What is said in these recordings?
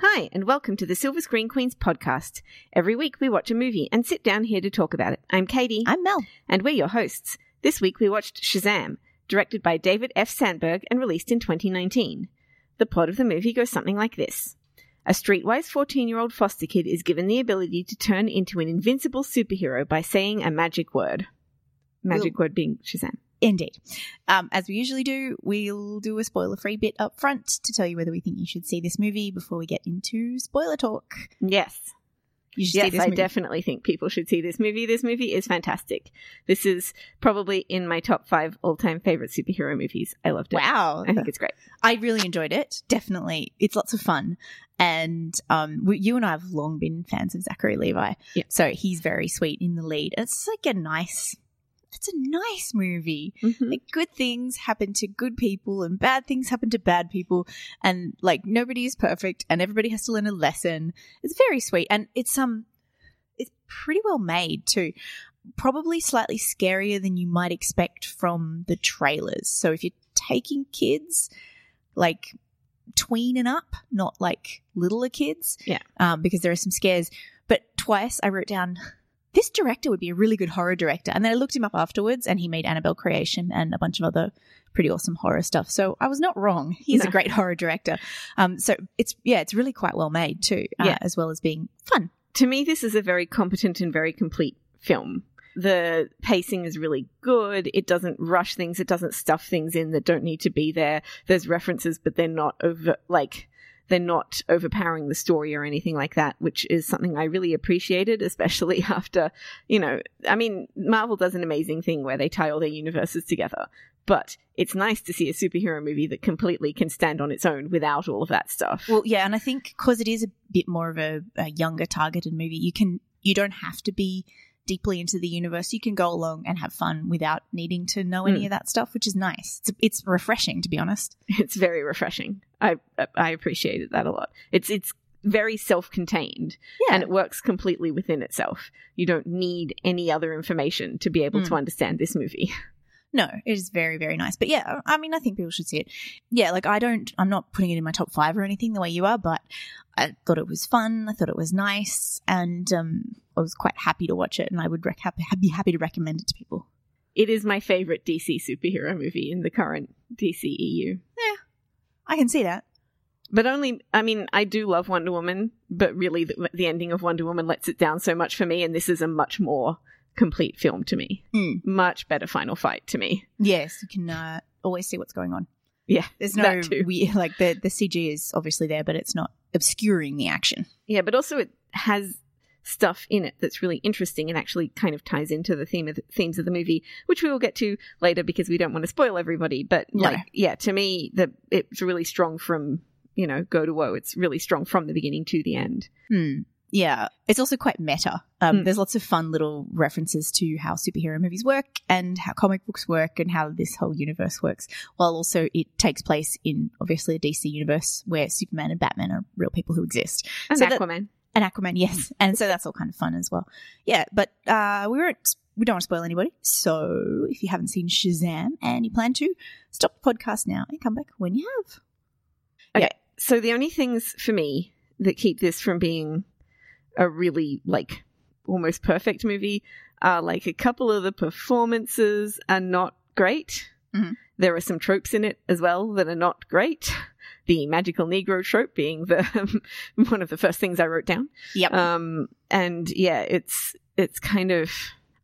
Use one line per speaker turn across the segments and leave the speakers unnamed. Hi, and welcome to the Silver Screen Queens podcast. Every week we watch a movie and sit down here to talk about it. I'm Katie,
I'm Mel.
and we're your hosts. This week we watched Shazam, directed by David F. Sandberg and released in 2019. The plot of the movie goes something like this A streetwise 14 year old foster kid is given the ability to turn into an invincible superhero by saying a magic word. Magic word being Shazam.
Indeed. Um, as we usually do, we'll do a spoiler free bit up front to tell you whether we think you should see this movie before we get into spoiler talk.
Yes.
You should see
Yes,
this
I
movie.
definitely think people should see this movie. This movie is fantastic. This is probably in my top five all time favorite superhero movies. I loved it.
Wow.
I think it's great.
I really enjoyed it. Definitely. It's lots of fun. And um, we, you and I have long been fans of Zachary Levi.
Yeah.
So he's very sweet in the lead. And it's like a nice, it's a nice movie.
Mhm.
Like good things happen to good people and bad things happen to bad people and like nobody is perfect and everybody has to learn a lesson. It's very sweet and it's um it's pretty well made too. Probably slightly scarier than you might expect from the trailers. So if you're taking kids like tween and up, not like littler kids.
Yeah.
Um, because there are some scares. But twice I wrote down this director would be a really good horror director. And then I looked him up afterwards and he made Annabelle Creation and a bunch of other pretty awesome horror stuff. So I was not wrong. He's
No.
a great horror director. Um, so it's, yeah, it's really quite well made too, uh,
Yeah.
as well as being fun.
To me, this is a very competent and very complete film. The pacing is really good. It doesn't rush things. It doesn't stuff things in that don't need to be there. There's references, but they're not over, like, they're not overpowering the story or anything like that, which is something I really appreciated, especially after, you know, I mean, Marvel does an amazing thing where they tie all their universes together, but it's nice to see a superhero movie that completely can stand on its own without all of that stuff.
Well, yeah, and I think because it is a bit more of a, a younger targeted movie, you can you don't have to be deeply into the universe. You can go along and have fun without needing to know any
Mm.
of that stuff, which is nice. It's it's refreshing, to be honest.
it's very refreshing. I I appreciated that a lot. It's it's very self-contained and it works completely within itself. You don't need any other information to be able
Hmm.
to understand this movie.
No, it is very, very nice. But yeah, I mean, I think people should see it. Yeah, like I don't, I'm not putting it in my top five or anything the way you are, but I thought it was fun. I thought it was nice, and um, I was quite happy to watch it, and I would rec- happy, be happy to recommend it to people.
It is my favorite DC superhero movie in the current DCEU.
I can see that.
But only I mean I do love Wonder Woman, but really the, the ending of Wonder Woman lets it down so much for me and this is a much more complete film to me.
Mm.
Much better final fight to me.
Yes, you can uh, always see what's going on.
Yeah.
There's no
that too.
we like the the CG is obviously there, but it's not obscuring the action.
Yeah, but also it has stuff in it that's really interesting and actually kind of ties into the theme of the, themes of the movie, which we will get to later because we don't want to spoil everybody. But
No.
like, yeah, to me, the it's really strong from you know go to woe. It's really strong from the beginning to the end.
Hmm. Yeah, it's also quite meta. Um,
Mm.
There's lots of fun little references to how superhero movies work and how comic books work and how this whole universe works. While also it takes place in obviously a DC universe where Superman and Batman are real people who exist.
And
So that-
Aquaman,
And Aquaman, yes, and so that's all kind of fun as well. Yeah, but uh, we weren't. We don't want to spoil anybody. So if you haven't seen Shazam and you plan to, stop the podcast now and come back when you have.
so the only things for me that keep this from being a really like almost perfect movie are like a couple of the performances are not great.
Mhm.
There are some tropes in it as well that are not great. The magical Negro trope being the one of the first things I wrote down.
Yep.
Um, and yeah, it's it's kind of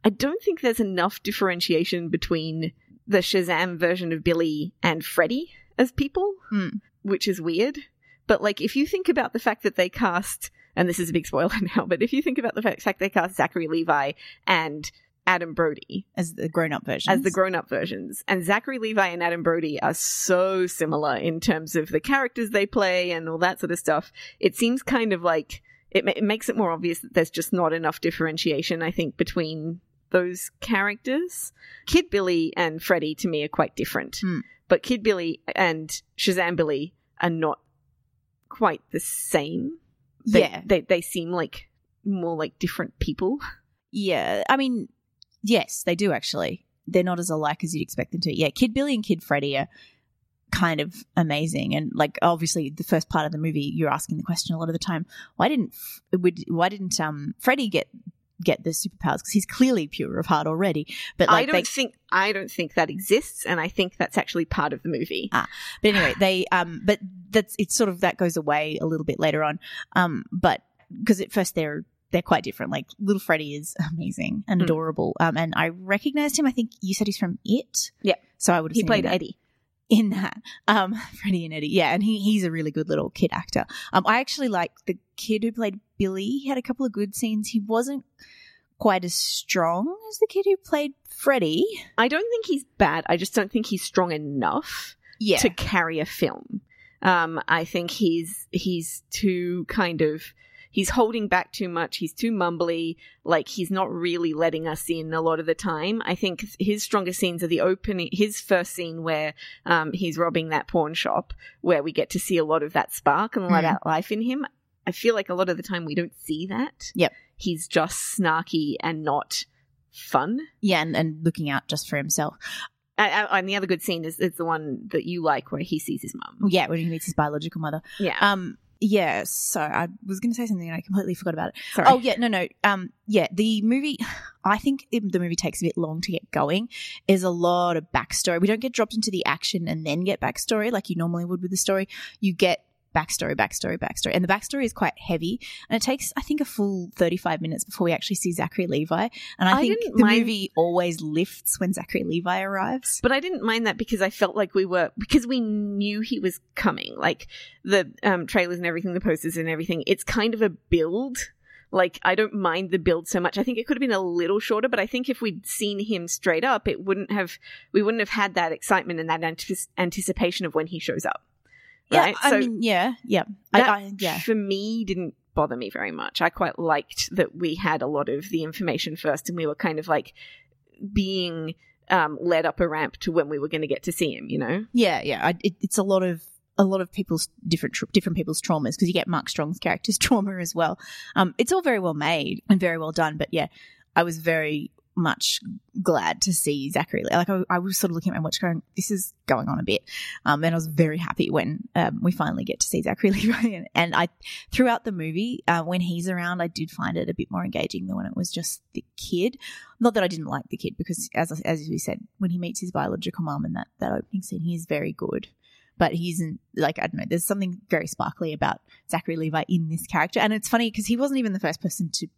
I don't think there's enough differentiation between the Shazam version of Billy and Freddy as people,
Hmm.
which is weird. But like, if you think about the fact that they cast, and this is a big spoiler now, but if you think about the fact, fact they cast Zachary Levi and Adam Brody
as the grown-up version.
as the grown-up versions, and Zachary Levi and Adam Brody are so similar in terms of the characters they play and all that sort of stuff, it seems kind of like it, ma- it makes it more obvious that there's just not enough differentiation, I think, between those characters. Kid Billy and Freddy to me are quite different,
Hmm.
but Kid Billy and Shazam Billy are not quite the same. They,
yeah.
they they seem like more like different people.
Yeah, I mean, yes, they do actually. They're not as alike as you'd expect them to. Yeah, Kid Billy and Kid Freddy are kind of amazing. And like obviously the first part of the movie, you're asking the question a lot of the time, why didn't F- would why didn't um Freddy get get the superpowers because he's clearly pure of heart already. But
I
like
don't
they,
think I don't think that exists, and I think that's actually part of the movie.
Ah. but anyway, they um but that's it's sort of that goes away a little bit later on. Um but because at first they're they're quite different. Like little Freddy is amazing and
Mm.
adorable. Um and I recognized him. I think you said he's from It.
Yeah.
So I would have
He
seen him
played
in that.
Eddie.
in that. Um, Freddie and Eddie, yeah, and he he's a really good little kid actor. Um, I actually like the kid who played Billy. He had a couple of good scenes. He wasn't quite as strong as the kid who played Freddie.
I don't think he's bad. I just don't think he's strong enough
Yeah,
to carry a film. Um, I think he's he's too kind of he's holding back too much. He's too mumbly. Like he's not really letting us in a lot of the time. I think his strongest scenes are the opening, his first scene where um, he's robbing that pawn shop, where we get to see a lot of that spark and a
Mm.
lot of that life in him. I feel like a lot of the time we don't see that.
Yep.
he's just snarky and not fun.
yeah, and, and looking out just for himself.
And, and the other good scene is, is the one that you like where he sees his mum.
Yeah, when he meets his biological mother.
Yeah.
Um, yeah. So I was going to say something and I completely forgot about it.
Sorry.
Oh yeah, no, no. Um, yeah, the movie. I think it, the movie takes a bit long to get going. There's a lot of backstory. We don't get dropped into the action and then get backstory like you normally would with the story. You get backstory, backstory, backstory, and the backstory is quite heavy. And it takes, I think, a full 35 minutes before we actually see Zachary Levi. And I,
I
think
didn't
the
mind-
movie always lifts when Zachary Levi arrives.
But I didn't mind that because I felt like we were because we knew he was coming. Like the um, trailers and everything, the posters and everything. It's kind of a build. Like I don't mind the build so much. I think it could have been a little shorter, but I think if we'd seen him straight up, it wouldn't have. We wouldn't have had that excitement and that antici- anticipation of when he shows up.
Yeah,
Right.
I
so
mean, yeah, yeah, I,
that
I, yeah.
for me didn't bother me very much. I quite liked that we had a lot of the information first, and we were kind of like being um, led up a ramp to when we were going to get to see him. You know.
Yeah, yeah. I, it, it's a lot of a lot of people's different tra- different people's traumas because you get Mark Strong's character's trauma as well. Um, it's all very well made and very well done, but yeah, I was very much glad to see Zachary. Like I, I was sort of looking at my watch, going, "This is going on a bit," um, and I was very happy when um, we finally get to see Zachary Levi. And, and I, throughout the movie, uh, when he's around, I did find it a bit more engaging than when it was just the kid. Not that I didn't like the kid, because as I- as we said, when he meets his biological mum in that that opening scene, he is very good. But he isn't like I don't know. There's something very sparkly about Zachary Levi in this character, and it's funny because he wasn't even the first person to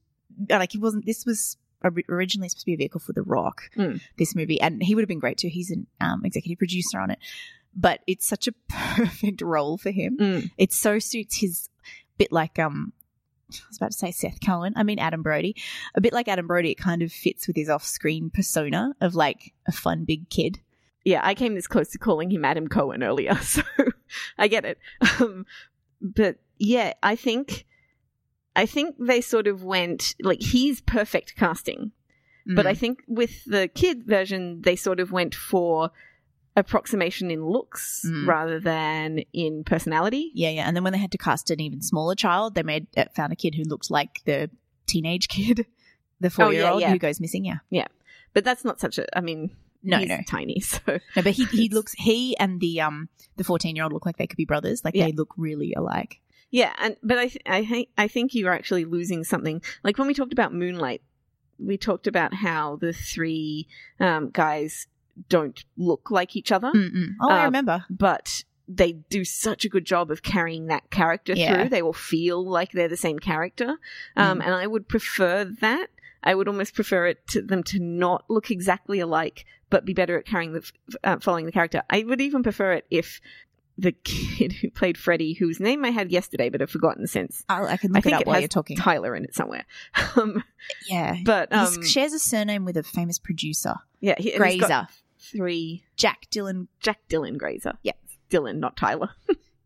like he wasn't. This was ori- originally supposed to be a vehicle for The Rock.
Mm.
This movie, and he would have been great too. He's an um, executive producer on it, but it's such a perfect role for him. It so suits his bit like um I was about to say Seth Cohen. I mean Adam Brody. A bit like Adam Brody, it kind of fits with his off-screen persona of like a fun big kid.
yeah, I came this close to calling him Adam Cohen earlier, so I get it. Um, but yeah, I think I think they sort of went like he's perfect casting, but
Mm.
I think with the kid version they sort of went for approximation in looks
Mm.
rather than in personality.
yeah, yeah. And then when they had to cast an even smaller child, they made uh, found a kid who looked like the teenage kid, the four-year-old
Oh, yeah.
who goes missing. Yeah,
But that's not such a. I mean,
no,
he's
no,
tiny, so
no. But he he looks he and the um the fourteen-year-old look like they could be brothers. Like
Yeah.
they look really alike.
Yeah, and but I th- I think I think you are actually losing something. Like when we talked about Moonlight, we talked about how the three um, guys don't look like each other,
Mm-mm. Oh, I
Uh,
remember.
but they do such a good job of carrying that character
Yeah. Mm.
through. They all feel like they're the same character, um, and I would prefer that. I would almost prefer it to them to not look exactly alike, but be better at carrying the f- uh, following the character. I would even prefer it if the kid who played Freddy, whose name I had yesterday but have forgotten since,
I'll, I can look it
think
up
it
while
has
you're talking.
Tyler in it somewhere. Um,
yeah,
but um,
he shares a surname with a famous producer,
yeah, he, and he's got
Grazer,
three
Jack Dylan.
Jack Dylan Grazer.
Yeah.
Dylan, not Tyler.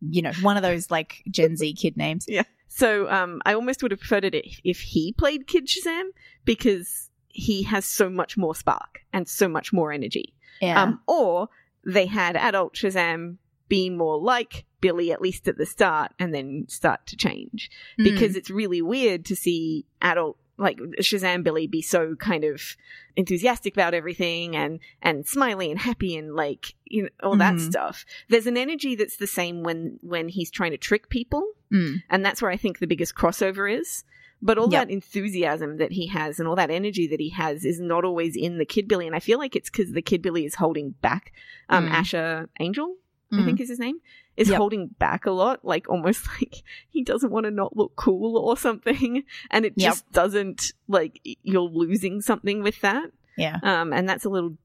You know, one of those like Gen Z kid names.
So um, I almost would have preferred it if, if he played Kid Shazam because he has so much more spark and so much more energy.
Yeah,
Um, or they had adult Shazam be more like Billy at least at the start and then start to change
Mm.
because it's really weird to see adult like Shazam Billy be so kind of enthusiastic about everything and and smiley and happy and like you know all that
Mhm.
stuff. There's an energy that's the same when when he's trying to trick people,
Mm.
and that's where I think the biggest crossover is. But all
Yeah.
that enthusiasm that he has and all that energy that he has is not always in the Kid Billy, and I feel like it's because the Kid Billy is holding back. Um,
Mm.
Asher Angel, I
Mm.
think is his name, is
Yep.
holding back a lot, like almost like he doesn't want to not look cool or something. And it
Yep.
just doesn't, like, y- you're losing something with that.
Yeah.
Um, and that's a little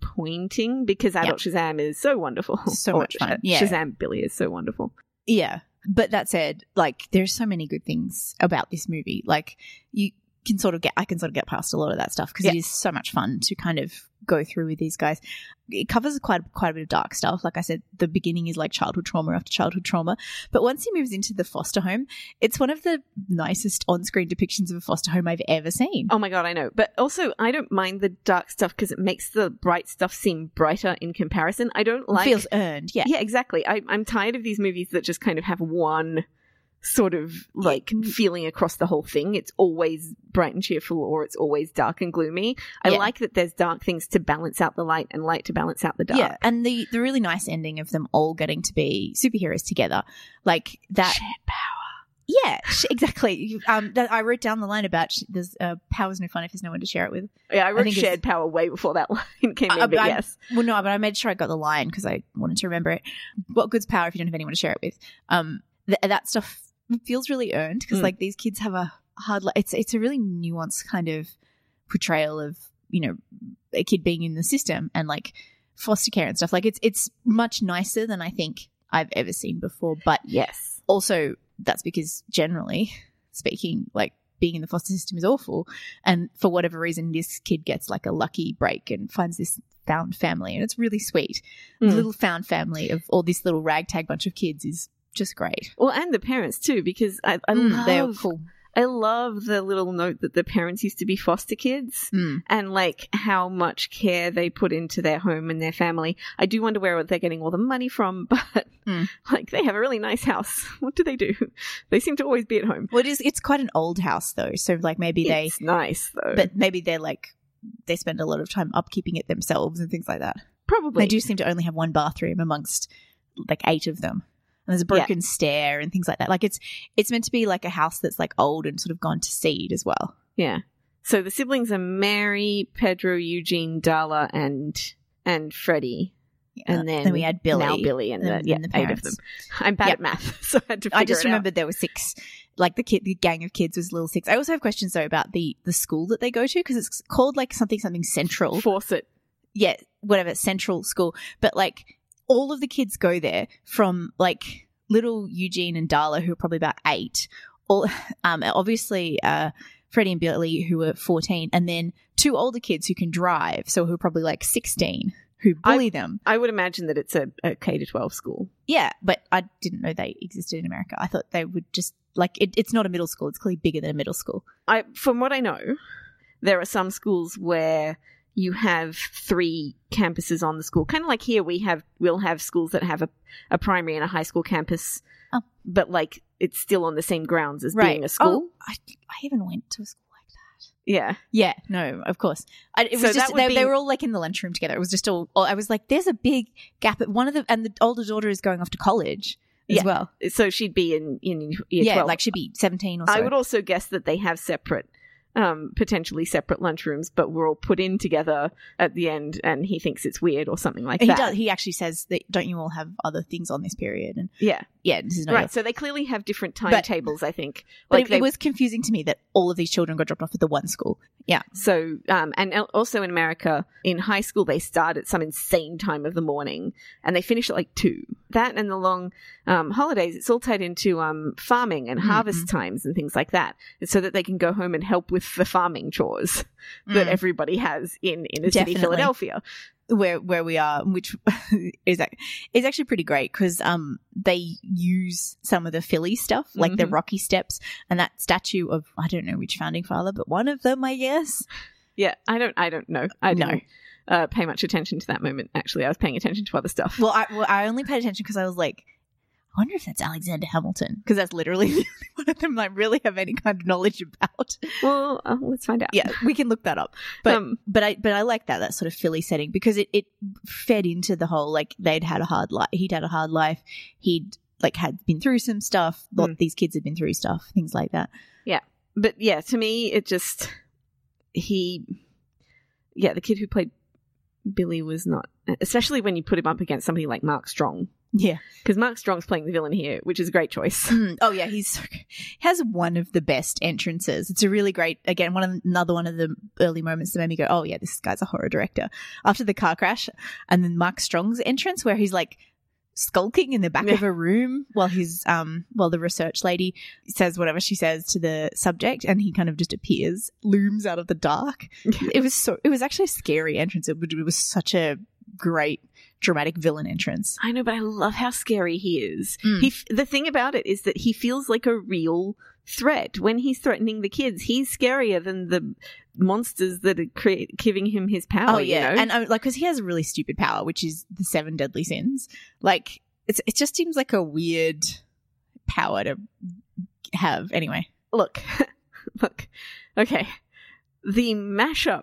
disappointing because Adult Shazam is so wonderful.
So
Or
much fun.
Sha-
Yeah.
Shazam Billy is so wonderful.
Yeah. But that said, like there's so many good things about this movie. Like you can sort of get I can sort of get past a lot of that stuff because
Yeah.
it is so much fun to kind of go through with these guys. It covers quite quite a bit of dark stuff. Like I said, the beginning is like childhood trauma after childhood trauma. But once he moves into the foster home, it's one of the nicest on-screen depictions of a foster home I've ever seen.
Oh my God, I know. But also, I don't mind the dark stuff because it makes the bright stuff seem brighter in comparison. I don't
It
like.
feels earned, yeah.
yeah, exactly. I, I'm tired of these movies that just kind of have one sort of like
Mm.
feeling across the whole thing. It's always bright and cheerful, or it's always dark and gloomy. I
Yeah.
like that there's dark things to balance out the light and light to balance out the dark.
Yeah, and the the really nice ending of them all getting to be superheroes together, like that. Yeah, sh- exactly. You- Um, that, I wrote down the line about sh- there's uh, power's no fun if there's no one to share it with.
Yeah, I wrote
think it's-
shared power way before that line came
Uh,
in, but
I-
yes.
Well, no, but I made sure I got the line because I wanted to remember it. What good's power if you don't have anyone to share it with? Um, th- that stuff feels really earned because
Mm.
like these kids have a hard. Li- it's it's a really nuanced kind of portrayal of you know a kid being in the system and like foster care and stuff. Like it's it's much nicer than I think I've ever seen before. But
Yes.
also that's because generally speaking like being in the foster system is awful and for whatever reason this kid gets like a lucky break and finds this found family and it's really sweet the
Mm.
little found family of all this little ragtag bunch of kids is just great
Well, and the parents too, because I, I
Mm, they're
love
cool
I love the little note that the parents used to be foster kids.
Mm.
and like how much care they put into their home and their family. I do wonder where they're getting all the money from, but
Mm.
like they have a really nice house. What do they do? They seem to always be at home.
well it is it's quite an old house though so like maybe they
It's nice though.
but maybe they're like they spend a lot of time upkeeping it themselves and things like that
probably
They do seem to only have one bathroom amongst like eight of them. And there's a broken stair and things like that. Like it's it's meant to be like a house that's like old and sort of gone to seed as well.
Yeah. So the siblings are Mary, Pedro, Eugene, Darla, and and Freddie. And then,
we had Billy.
Now Billy and,
and
the,
then
yeah,
the
eight of
parents.
them. I'm bad
Yep.
at math, so I had to figure
I just
it out.
remembered there were six. Like the kid, the gang of kids was little six. I also have questions though about the the school that they go to because it's called like something something central.
Force it.
yeah, whatever central school, but like all of the kids go there from like little Eugene and Darla, who are probably about eight. All um, obviously uh, Freddie and Billy, who are fourteen, and then two older kids who can drive, so who are probably like sixteen, who bully them.
I would imagine that it's a, a K to twelve school.
Yeah, but I didn't know they existed in America. I thought they would just like it, it's not a middle school; it's clearly bigger than a middle school.
I from what I know, there are some schools where you have three campuses on the school. Kind of like here we have we'll have schools that have a, a primary and a high school campus.
Oh.
But like it's still on the same grounds as being a
Oh,
school.
I, I even went to a school like that.
Yeah.
Yeah, no, of course. I, it
So
was
that
just
would
they,
be-
they were all like in the lunchroom together. It was just all. all- I was like, "There's a big gap." One of the and the older daughter is going off to college as
Yeah,
well.
So she'd be in in year
yeah,
12.
like she'd be seventeen or so.
I would also guess that they have separate um, potentially separate lunchrooms, but we're all put in together at the end, and he thinks it's weird or something like
he
that.
does. He actually says that. Don't you all have other things on this period? And
Yeah,
Oh, yeah, this is not
right.
your-
So they clearly have different
But-
timetables. I think,
But
like
it,
they
it was confusing to me that all of these children got dropped off at the one school. Yeah,
So, um, and al- also in America, in high school, they start at some insane time of the morning and they finish at like two. That and the long um, holidays, it's all tied into um, farming
Mm-hmm.
and harvest times and things like that, so that they can go home and help with the farming chores that
Mm.
everybody has in inner city
Definitely.
Philadelphia.
where where we are, which is ac- is actually pretty great because um they use some of the Philly stuff, like the
Mhm.
Rocky Steps and that statue of I don't know which founding father, but one of them, I guess.
Yeah, I don't, I don't know. I
No.
didn't uh, pay much attention to that moment. Actually, I was paying attention to other stuff.
Well, I well, I only paid attention because I was like, I wonder if that's Alexander Hamilton because that's literally the only one of them I really have any kind of knowledge about.
Well, uh, let's find out.
Yeah, we can look that up. But
Um,
but I but I like that that sort of Philly setting because it it fed into the whole like they'd had a hard life. He'd had a hard life. He'd like had been through some stuff. Lot these kids had been through stuff, things like that.
but yeah, to me, it just he, yeah, the kid who played Billy was not, especially when you put him up against somebody like Mark Strong,
Yeah.
because Mark Strong's playing the villain here, which is a great choice.
Mm, oh yeah, he's so good. he has one of the best entrances. It's a really great again one of the- another one of the early moments that made me go, oh yeah, this guy's a horror director. After the car crash, and then Mark Strong's entrance where he's like skulking in the back
Yeah.
of a room while his um while the research lady says whatever she says to the subject, and he kind of just appears, looms out of the dark. It was so it was actually a scary entrance. It, would- it was such a great dramatic villain entrance.
I know, but I love how scary he is.
Mm.
He f- the thing about it is that he feels like a real threat when he's threatening the kids. He's scarier than the monsters that are cre- giving him his power.
Oh yeah,
you know?
and um, like because he has a really stupid power, which is the seven deadly sins. Like it's it just seems like a weird power to have. Anyway,
look, look, okay. The mashup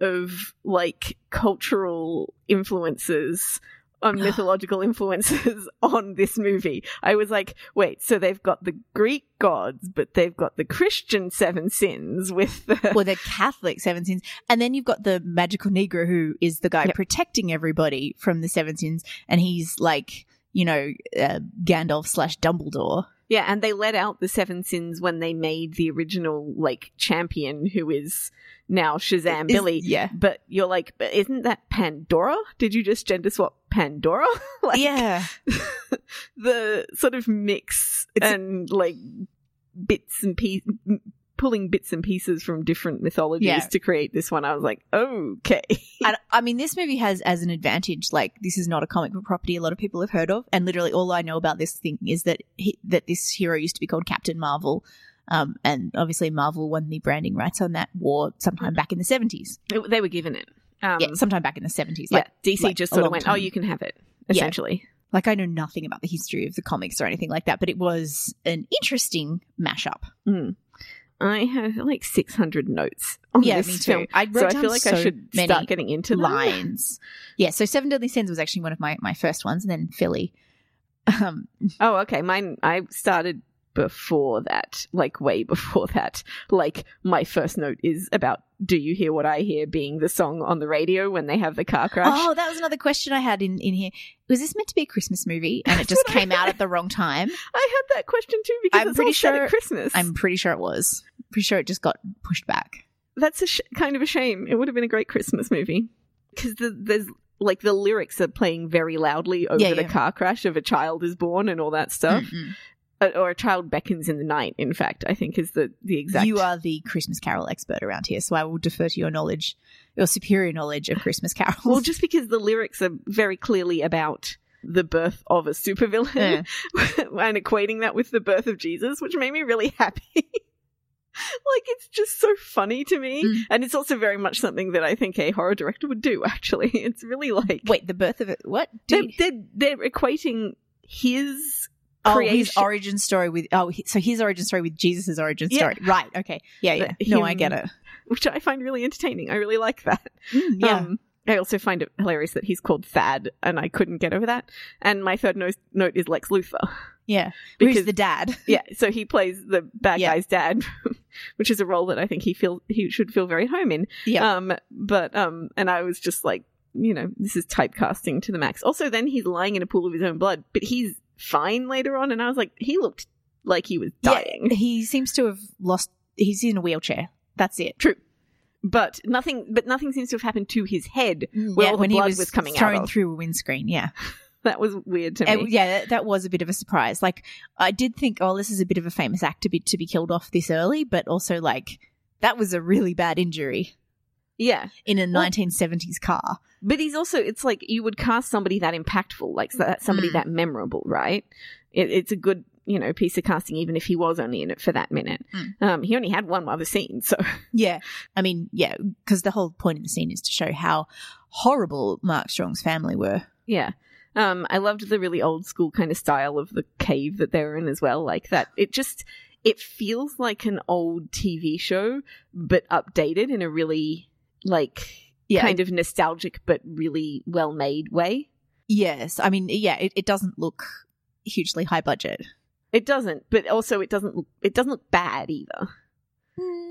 of like cultural influences on mythological influences on this movie. I was like, wait, so they've got the Greek gods, but they've got the Christian seven sins with the.
well, the Catholic seven sins, and then you've got the magical Negro who is the guy
Yep.
protecting everybody from the seven sins, and he's like you know uh, Gandalf slash Dumbledore.
Yeah, and they let out the seven sins when they made the original like champion who is now Shazam
Is-
Billy.
yeah,
But you're like, but isn't that Pandora? Did you just gender swap Pandora? like,
yeah.
the sort of mix
It's-
and like bits and pieces pulling bits and pieces from different mythologies
Yeah.
to create this one i was like okay
And I mean, this movie has as an advantage, like this is not a comic book property a lot of people have heard of, and literally all I know about this thing is that he, that this hero used to be called Captain Marvel, um, and obviously Marvel won the branding rights on that war sometime back in the seventies.
It- they were given it Mm. um,
yeah, sometime back in the seventies.
yeah,
Like,
dc
like,
just
a
sort of
long
went oh
time.
you can have it
Yeah.
essentially
like I know nothing about the history of the comics or anything like that, but it was an interesting mashup.
Mm. i have like 600 notes on
yeah,
Oh, this
me too.
film
I wrote
so i
down
feel like
so
i should
many
start getting into them.
lines. Yeah, so Seven Deadly Sins was actually one of my my first ones, and then Philly. Um,
oh okay mine i started before that like way before that like my first note is about do you hear what i hear being the song on the radio when they have the car crash
Oh, that was another question I had in, in here. Was this meant to be a Christmas movie and it just
what I
came out at the wrong time?
I had that question too because
I'm
it's
pretty
all set
sure-
at Christmas.
I'm pretty sure it was. Pretty sure it just got pushed back.
That's a sh- kind of a shame. It would have been a great Christmas movie because the, there's like the lyrics are playing very loudly over
Yeah, Hmm.
the
yeah.
car crash of a child is born and all that stuff,
Mm-mm.
Uh, or a child beckons in the night. In fact, I think is the the exact.
You are the Christmas Carol expert around here, so I will defer to your knowledge, your superior knowledge of Christmas carols.
well, just because the lyrics are very clearly about the birth of a supervillain and equating that with the birth of Jesus, which made me really happy. like, it's just so funny to me.
Mm.
And it's also very much something that I think a horror director would do, actually. It's really like.
wait, the birth of it. What?
they're,
Do you-
they're, they're equating his.
oh, his
creation-
origin story with oh, he- so his origin story with Jesus' origin
Yeah.
story. Right. Okay. Yeah. Yeah.
But
no, I
him-
get it.
Which I find really entertaining. I really like that.
Mm, yeah.
Um, I also find it hilarious that he's called Thad, and I couldn't get over that. And my third no- note is Lex Luthor.
yeah. Who's
because-
the dad?
Yeah, so he plays the bad
Yeah.
guy's dad, which is a role that I think he feel he should feel very at home in.
Yeah.
Um, but um, and I was just like, you know, this is typecasting to the max. Also, then he's lying in a pool of his own blood, but he's fine later on, and I was like, he looked like he was
Yeah.
dying,
he seems to have lost. He's in a wheelchair. That's it.
but nothing, but nothing seems to have happened to his head.
Mm.
where all the blood was coming out
thrown
of.
through a windscreen. Yeah,
That was weird to
Uh,
me.
yeah, that, that was a bit of a surprise. Like, I did think, oh, this is a bit of a famous actor bit to be killed off this early, but also like that was a really bad injury
yeah,
in a
Well-
1970s car.
But he's also, it's like you would cast somebody that impactful, like so- that somebody
Mm.
that memorable, right? It, it's a good, you know, piece of casting, even if he was only in it for that minute.
Mm.
Um, he only had one other scene, so
Yeah, I mean, yeah, because the whole point of the scene is to show how horrible Mark Strong's family were.
yeah. Um, I loved the really old school kind of style of the cave that they're in as well. Like that, it just it feels like an old TV show, but updated in a really like
Yeah.
kind of nostalgic but really well made way.
yes. I mean, yeah, it, it doesn't look hugely high budget.
It doesn't, but also it doesn't look it doesn't look bad either.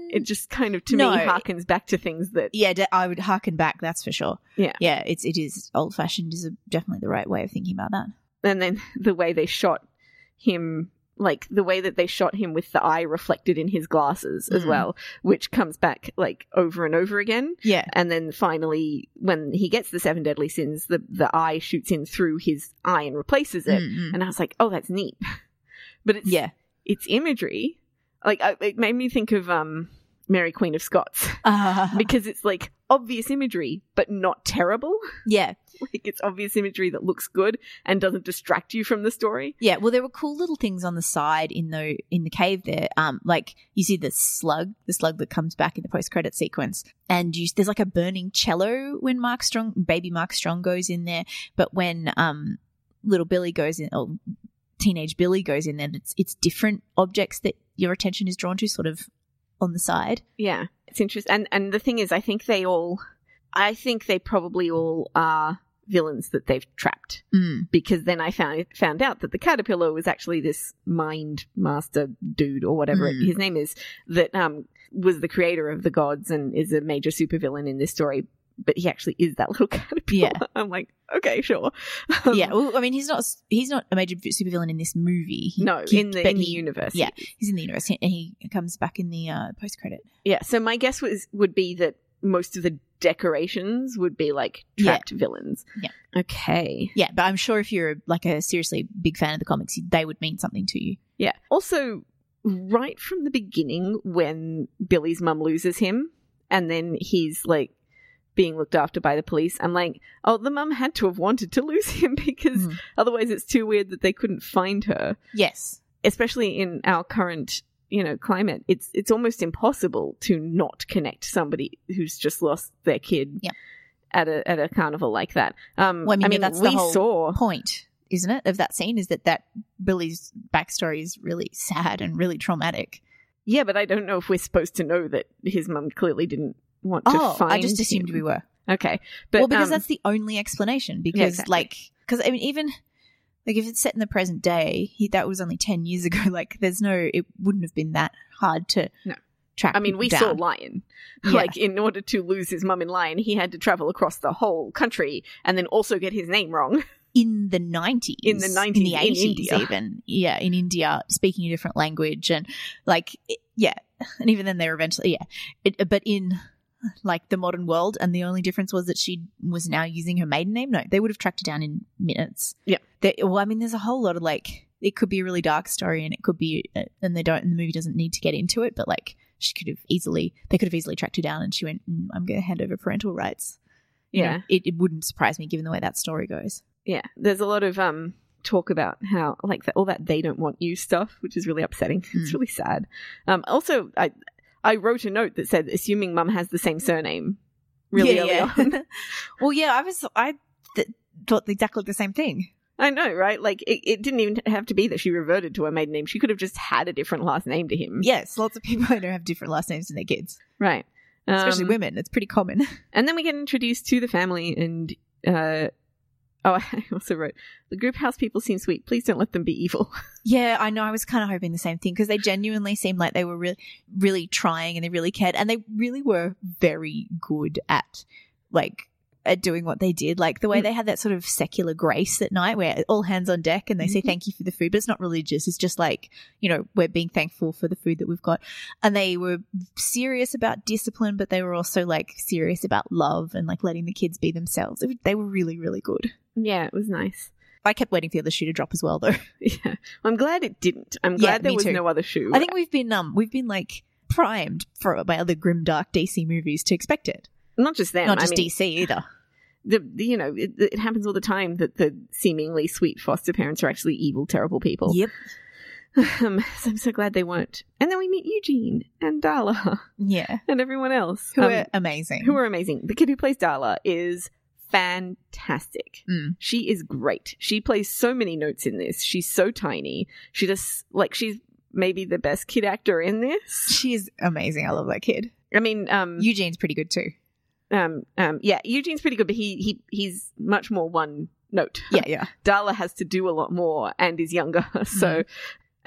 It just kind of to
No.
me harkens back to things that
yeah, de- I would harken back. That's for sure.
Yeah.
yeah. It's it is old fashioned is a, definitely the right way of thinking about that.
and then the way they shot him like the way that they shot him with the eye reflected in his glasses as
Mm.
well which comes back like over and over again
Yeah,
and then finally when he gets the seven deadly sins the the eye shoots in through his eye and replaces it
Mm, mm.
and i was like oh that's neat but it's
yeah.
it's imagery like I, it made me think of um mary queen of scots
Uh,
because it's like obvious imagery but not terrible
yeah,
like it's obvious imagery that looks good and doesn't distract you from the story
yeah. Well, there were cool little things on the side in the in the cave there. Um, like you see the slug, the slug that comes back in the post credit sequence, and you there's like a burning cello when Mark Strong, baby Mark Strong, goes in there. But when um, little Billy goes in, or teenage Billy goes in there, it's it's different objects that your attention is drawn to, sort of on the side.
Yeah, it's interesting. And and the thing is, I think they all, I think they probably all are villains that they've trapped
Mm.
because then I found found out that the caterpillar was actually this mind master dude or whatever
Hmm.
his name is that um was the creator of the gods and is a major supervillain in this story. But he actually is that little caterpillar. I'm like, okay, sure. Um,
yeah, well, I mean, he's not he's not a major v- supervillain in this movie. He-
No,
he-
in the
but
in the
he-
universe.
yeah. he's in the universe, and he comes back in the uh, post credit.
Yeah. So my guess was would be that most of the decorations would be like
Yeah.
trapped villains.
Yeah.
Okay.
Yeah, but I'm sure if you're like a seriously big fan of the comics, they would mean something to you.
Yeah. Also, right from the beginning, when Billy's mum loses him, and then he's like being looked after by the police, I'm like, oh, the mum had to have wanted to lose him because
Mm.
otherwise it's too weird that they couldn't find her.
Yes,
Especially in our current, you know, climate, it's it's almost impossible to not connect somebody who's just lost their kid.
Yep.
At a, at a carnival like that. Um,
Well, I
I
mean,
mean,
yeah, that's the
we
whole
saw
point isn't it of that scene is that that Billy's backstory is really sad and really traumatic.
Yeah, but I don't know if we're supposed to know that his mum clearly didn't want to find.
Oh, I just assumed
him.
we were.
Okay, but
well, because
um,
that's the only explanation. Because
exactly.
like, because I mean, even like if it's set in the present day, he, that was only ten years ago. Like, there's no, it wouldn't have been that hard to
No.
track.
I mean, we
people
saw
down.
Lion.
Yeah.
Like, in order to lose his mum in Lion, he had to travel across the whole country and then also get his name wrong.
in the nineties,
In the 90s, in India.
even yeah, in India, speaking a different language, and like it- yeah, and even then they were eventually yeah, it, but in like the modern world, and the only difference was that she was now using her maiden name. No, they would have tracked her down in minutes.
Yeah.
They, well, I mean, there's a whole lot of like it could be a really dark story, and it could be, uh, and they don't, and the movie doesn't need to get into it, but like. She could have easily, they could have easily tracked her down, and she went, mm, "I'm going to hand over parental rights." You know,
Yeah.
it, it wouldn't surprise me given the way that story goes.
Yeah, there's a lot of um talk about how like that all that they don't want you stuff, which is really upsetting.
Mm.
It's really sad. Um, also, I I wrote a note that said assuming mum has the same surname. Really early on.
well, yeah, I was I th- thought exactly the same thing.
I know, right? Like it, it didn't even have to be that she reverted to her maiden name. She could have just had a different last name to him.
Yes, lots of people I know have different last names than their kids,
Right.
especially
Um,
women. It's pretty common.
And then we get introduced to the family and uh Oh, I also wrote the group house people seem sweet. Please don't let them be evil.
Yeah, I know. I was kind of hoping the same thing because they genuinely seemed like they were really, really trying and they really cared, and they really were very good at like at doing what they did. Like the way
Mm.
they had that sort of secular grace at night, where all hands on deck, and they say
Mhm.
thank you for the food, but it's not religious. It's just like you know we're being thankful for the food that we've got, and they were serious about discipline, but they were also like serious about love and like letting the kids be themselves. It- They were really, really good.
Yeah, it was nice.
I kept waiting for the other shoe to drop as well, though.
Yeah, I'm glad it didn't. I'm
Yeah,
glad there
me
was
too.
no other shoe.
I think we've been um we've been like primed for by other grim dark DC movies to expect it.
not just them.
Not
I
just
mean,
DC either.
the, the- you know, it, it happens all the time that the seemingly sweet foster parents are actually evil, terrible people.
Yep.
Um, so I'm so glad they weren't. And then we meet Eugene and Darla
Yeah.
and everyone else
Who
um,
are amazing.
who are amazing. The kid who plays Darla is fantastic.
Mm.
She is great. She plays so many notes in this. She's so tiny. She just like she's maybe the best kid actor in this.
She's amazing. I love that kid.
I mean, um,
Eugene's pretty good too.
um, um, yeah, Eugene's pretty good, but he he he's much more one note.
Yeah, yeah.
Darla has to do a lot more and is younger. So,
Mm-hmm.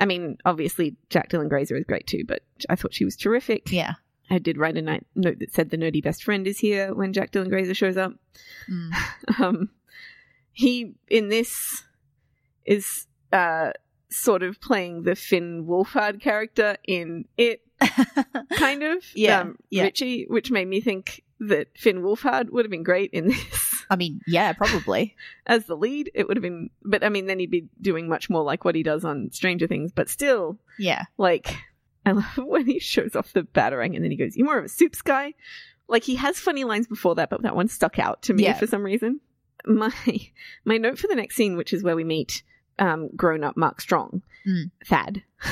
I mean, obviously Jack Dylan Grazer is great too, but I thought she was terrific.
Yeah.
I did write a ni- note that said the nerdy best friend is here when Jack Dylan Grazer shows up.
Mm.
Um, he in this is uh, sort of playing the Finn Wolfhard character in it,
Mm.
kind of.
Yeah,
um,
yeah.
Richie, which made me think that Finn Wolfhard would have been great in this
I mean, yeah, probably.
as the lead. It would have been, but I mean, then he'd be doing much more like what he does on Stranger Things. But still,
Yeah.
like, I love when he shows off the batarang and then he goes, "You're more of a soups guy." Like he has funny lines before that, but that one stuck out to me
Yeah.
for some reason. My my note for the next scene, which is where we meet um, grown up Mark Strong,
Mm.
Thad.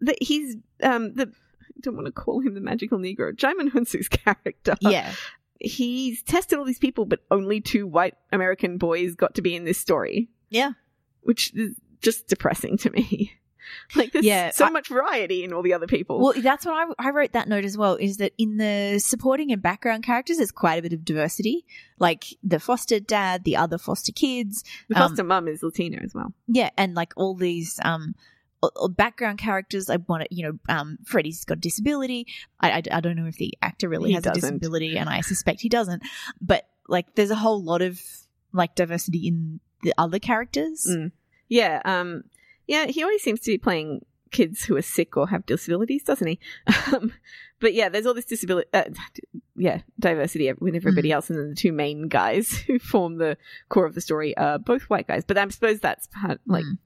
that he's um, the I don't want to call him the magical Negro, Jaimin Hunsu's character
Yeah.
he's tested all these people, but only two white American boys got to be in this story.
Yeah.
Which is just depressing to me. Like, there's
Yeah,
so
I-
much variety in all the other people.
Well, that's what I, I wrote that note as well is that in the supporting and background characters, there's quite a bit of diversity, like the foster dad, the other foster kids.
the
um,
foster mum is Latina as well.
Yeah. And like all these, um, o- o- background characters i want to you know um freddie's got a disability I, I I don't know if the actor really
He
has a
doesn't.
disability and i suspect he doesn't but like there's a whole lot of like diversity in the other characters
Mm. Yeah. Um, yeah, he always seems to be playing kids who are sick or have disabilities, doesn't he? Um, but yeah, there's all this disability, uh, d- yeah, diversity with everybody
Mm-hmm.
else. And then the two main guys who form the core of the story are both white guys. But I suppose that's part, like,
Mm.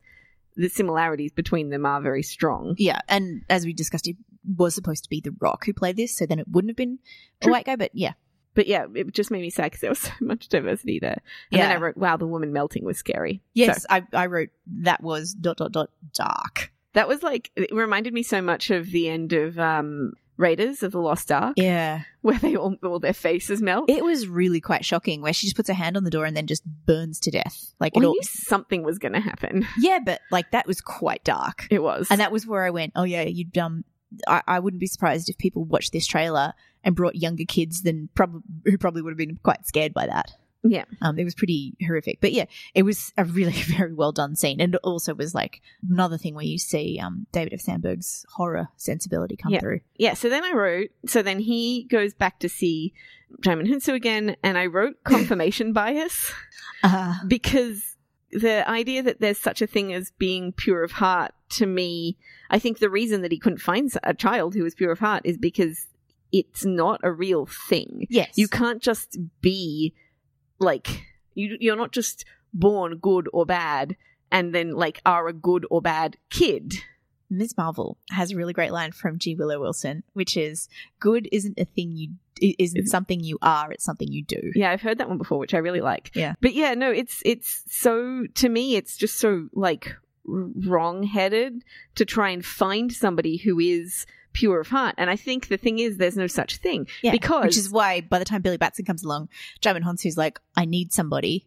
the similarities between them are very strong.
Yeah, and as we discussed, it was supposed to be The Rock who played this, so then it wouldn't have been
True.
a white guy. But yeah,
But yeah, it just made me sad because there was so much diversity there. And
Yeah.
then I wrote, wow, the woman melting was scary.
yes, I, I wrote that was dot dot dot dark.
That was like, it reminded me so much of the end of um, Raiders of the Lost Ark,
Yeah,
where they all, all their faces melt.
it was really quite shocking where she just puts her hand on the door and then just burns to death. Like
I
it all,
knew something was going to happen.
yeah, but like that was quite dark,
It was.
and that was where I went. Oh yeah, you'd um, I, I wouldn't be surprised if people watched this trailer and brought younger kids than probably who probably would have been quite scared by that.
yeah.
Um, it was pretty horrific, but yeah, it was a really very well done scene, and it also was like another thing where you see um, David F. Sandberg's horror sensibility come
Yeah.
through.
Yeah. So then I wrote, so then he goes back to see Jamin Hinsu again, and I wrote confirmation bias.
Uh,
because the idea that there's such a thing as being pure of heart to me i think the reason that he couldn't find a child who was pure of heart is because it's not a real thing
yes,
you can't just be like you you're not just born good or bad and then like are a good or bad kid
Ms. Marvel has a really great line from G. Willow Wilson, which is "Good isn't a thing you i- isn't
Isn't-
something you are; it's something you do."
yeah i've heard that one before which i really like
Yeah.
but yeah no it's it's so to me it's just so like wrong-headed to try and find somebody who is pure of heart and i think the thing is there's no such thing
Yeah,
because
which is why by the time Billy Batson comes along, Jamin Honsu's like, "I need somebody."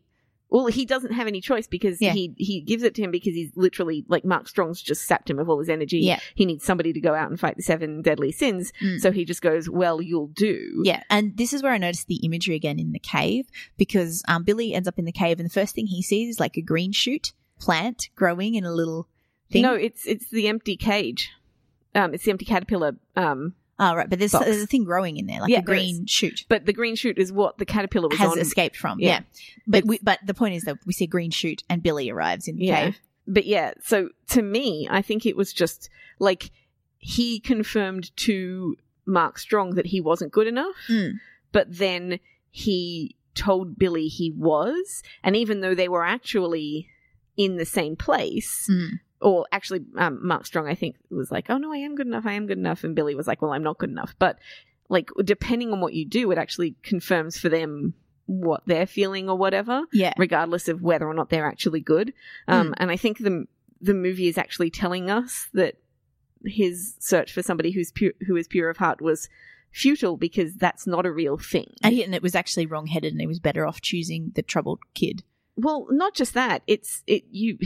well he doesn't have any choice because
Yeah.
he he gives it to him because he's literally like mark strong's just sapped him of all his energy
Yeah,
he needs somebody to go out and fight the seven deadly sins
Mm.
so he just goes well you'll do
Yeah, and this is where I noticed the imagery again in the cave because um, Billy ends up in the cave, and the first thing he sees is like a green shoot plant growing in a little thing.
no it's it's the empty cage um it's the empty caterpillar um
oh, right, but there's
Box.
there's a thing growing in there, like
Yeah,
a green shoot
but the green shoot is what the caterpillar was
has
on
escaped from.
Yeah.
Yeah, but we, but the point is that we see a green shoot, and Billy arrives in the
Yeah.
cave.
But yeah, so to me, I think it was just like he confirmed to Mark Strong that he wasn't good enough,
Mm.
but then he told Billy he was. And even though they were actually in the same place,
Mm.
or actually, um, Mark Strong, I think, was like, oh no, I am good enough, I am good enough. And Billy was like, well, I'm not good enough. But like, depending on what you do, it actually confirms for them what they're feeling or whatever
Yeah,
regardless of whether or not they're actually good. Um,
Hmm.
And I think the the movie is actually telling us that his search for somebody who's pure, who is pure of heart was futile because that's not a real thing.
And, he, and it was actually wrong-headed, and he was better off choosing the troubled kid.
well, not just that. It's it you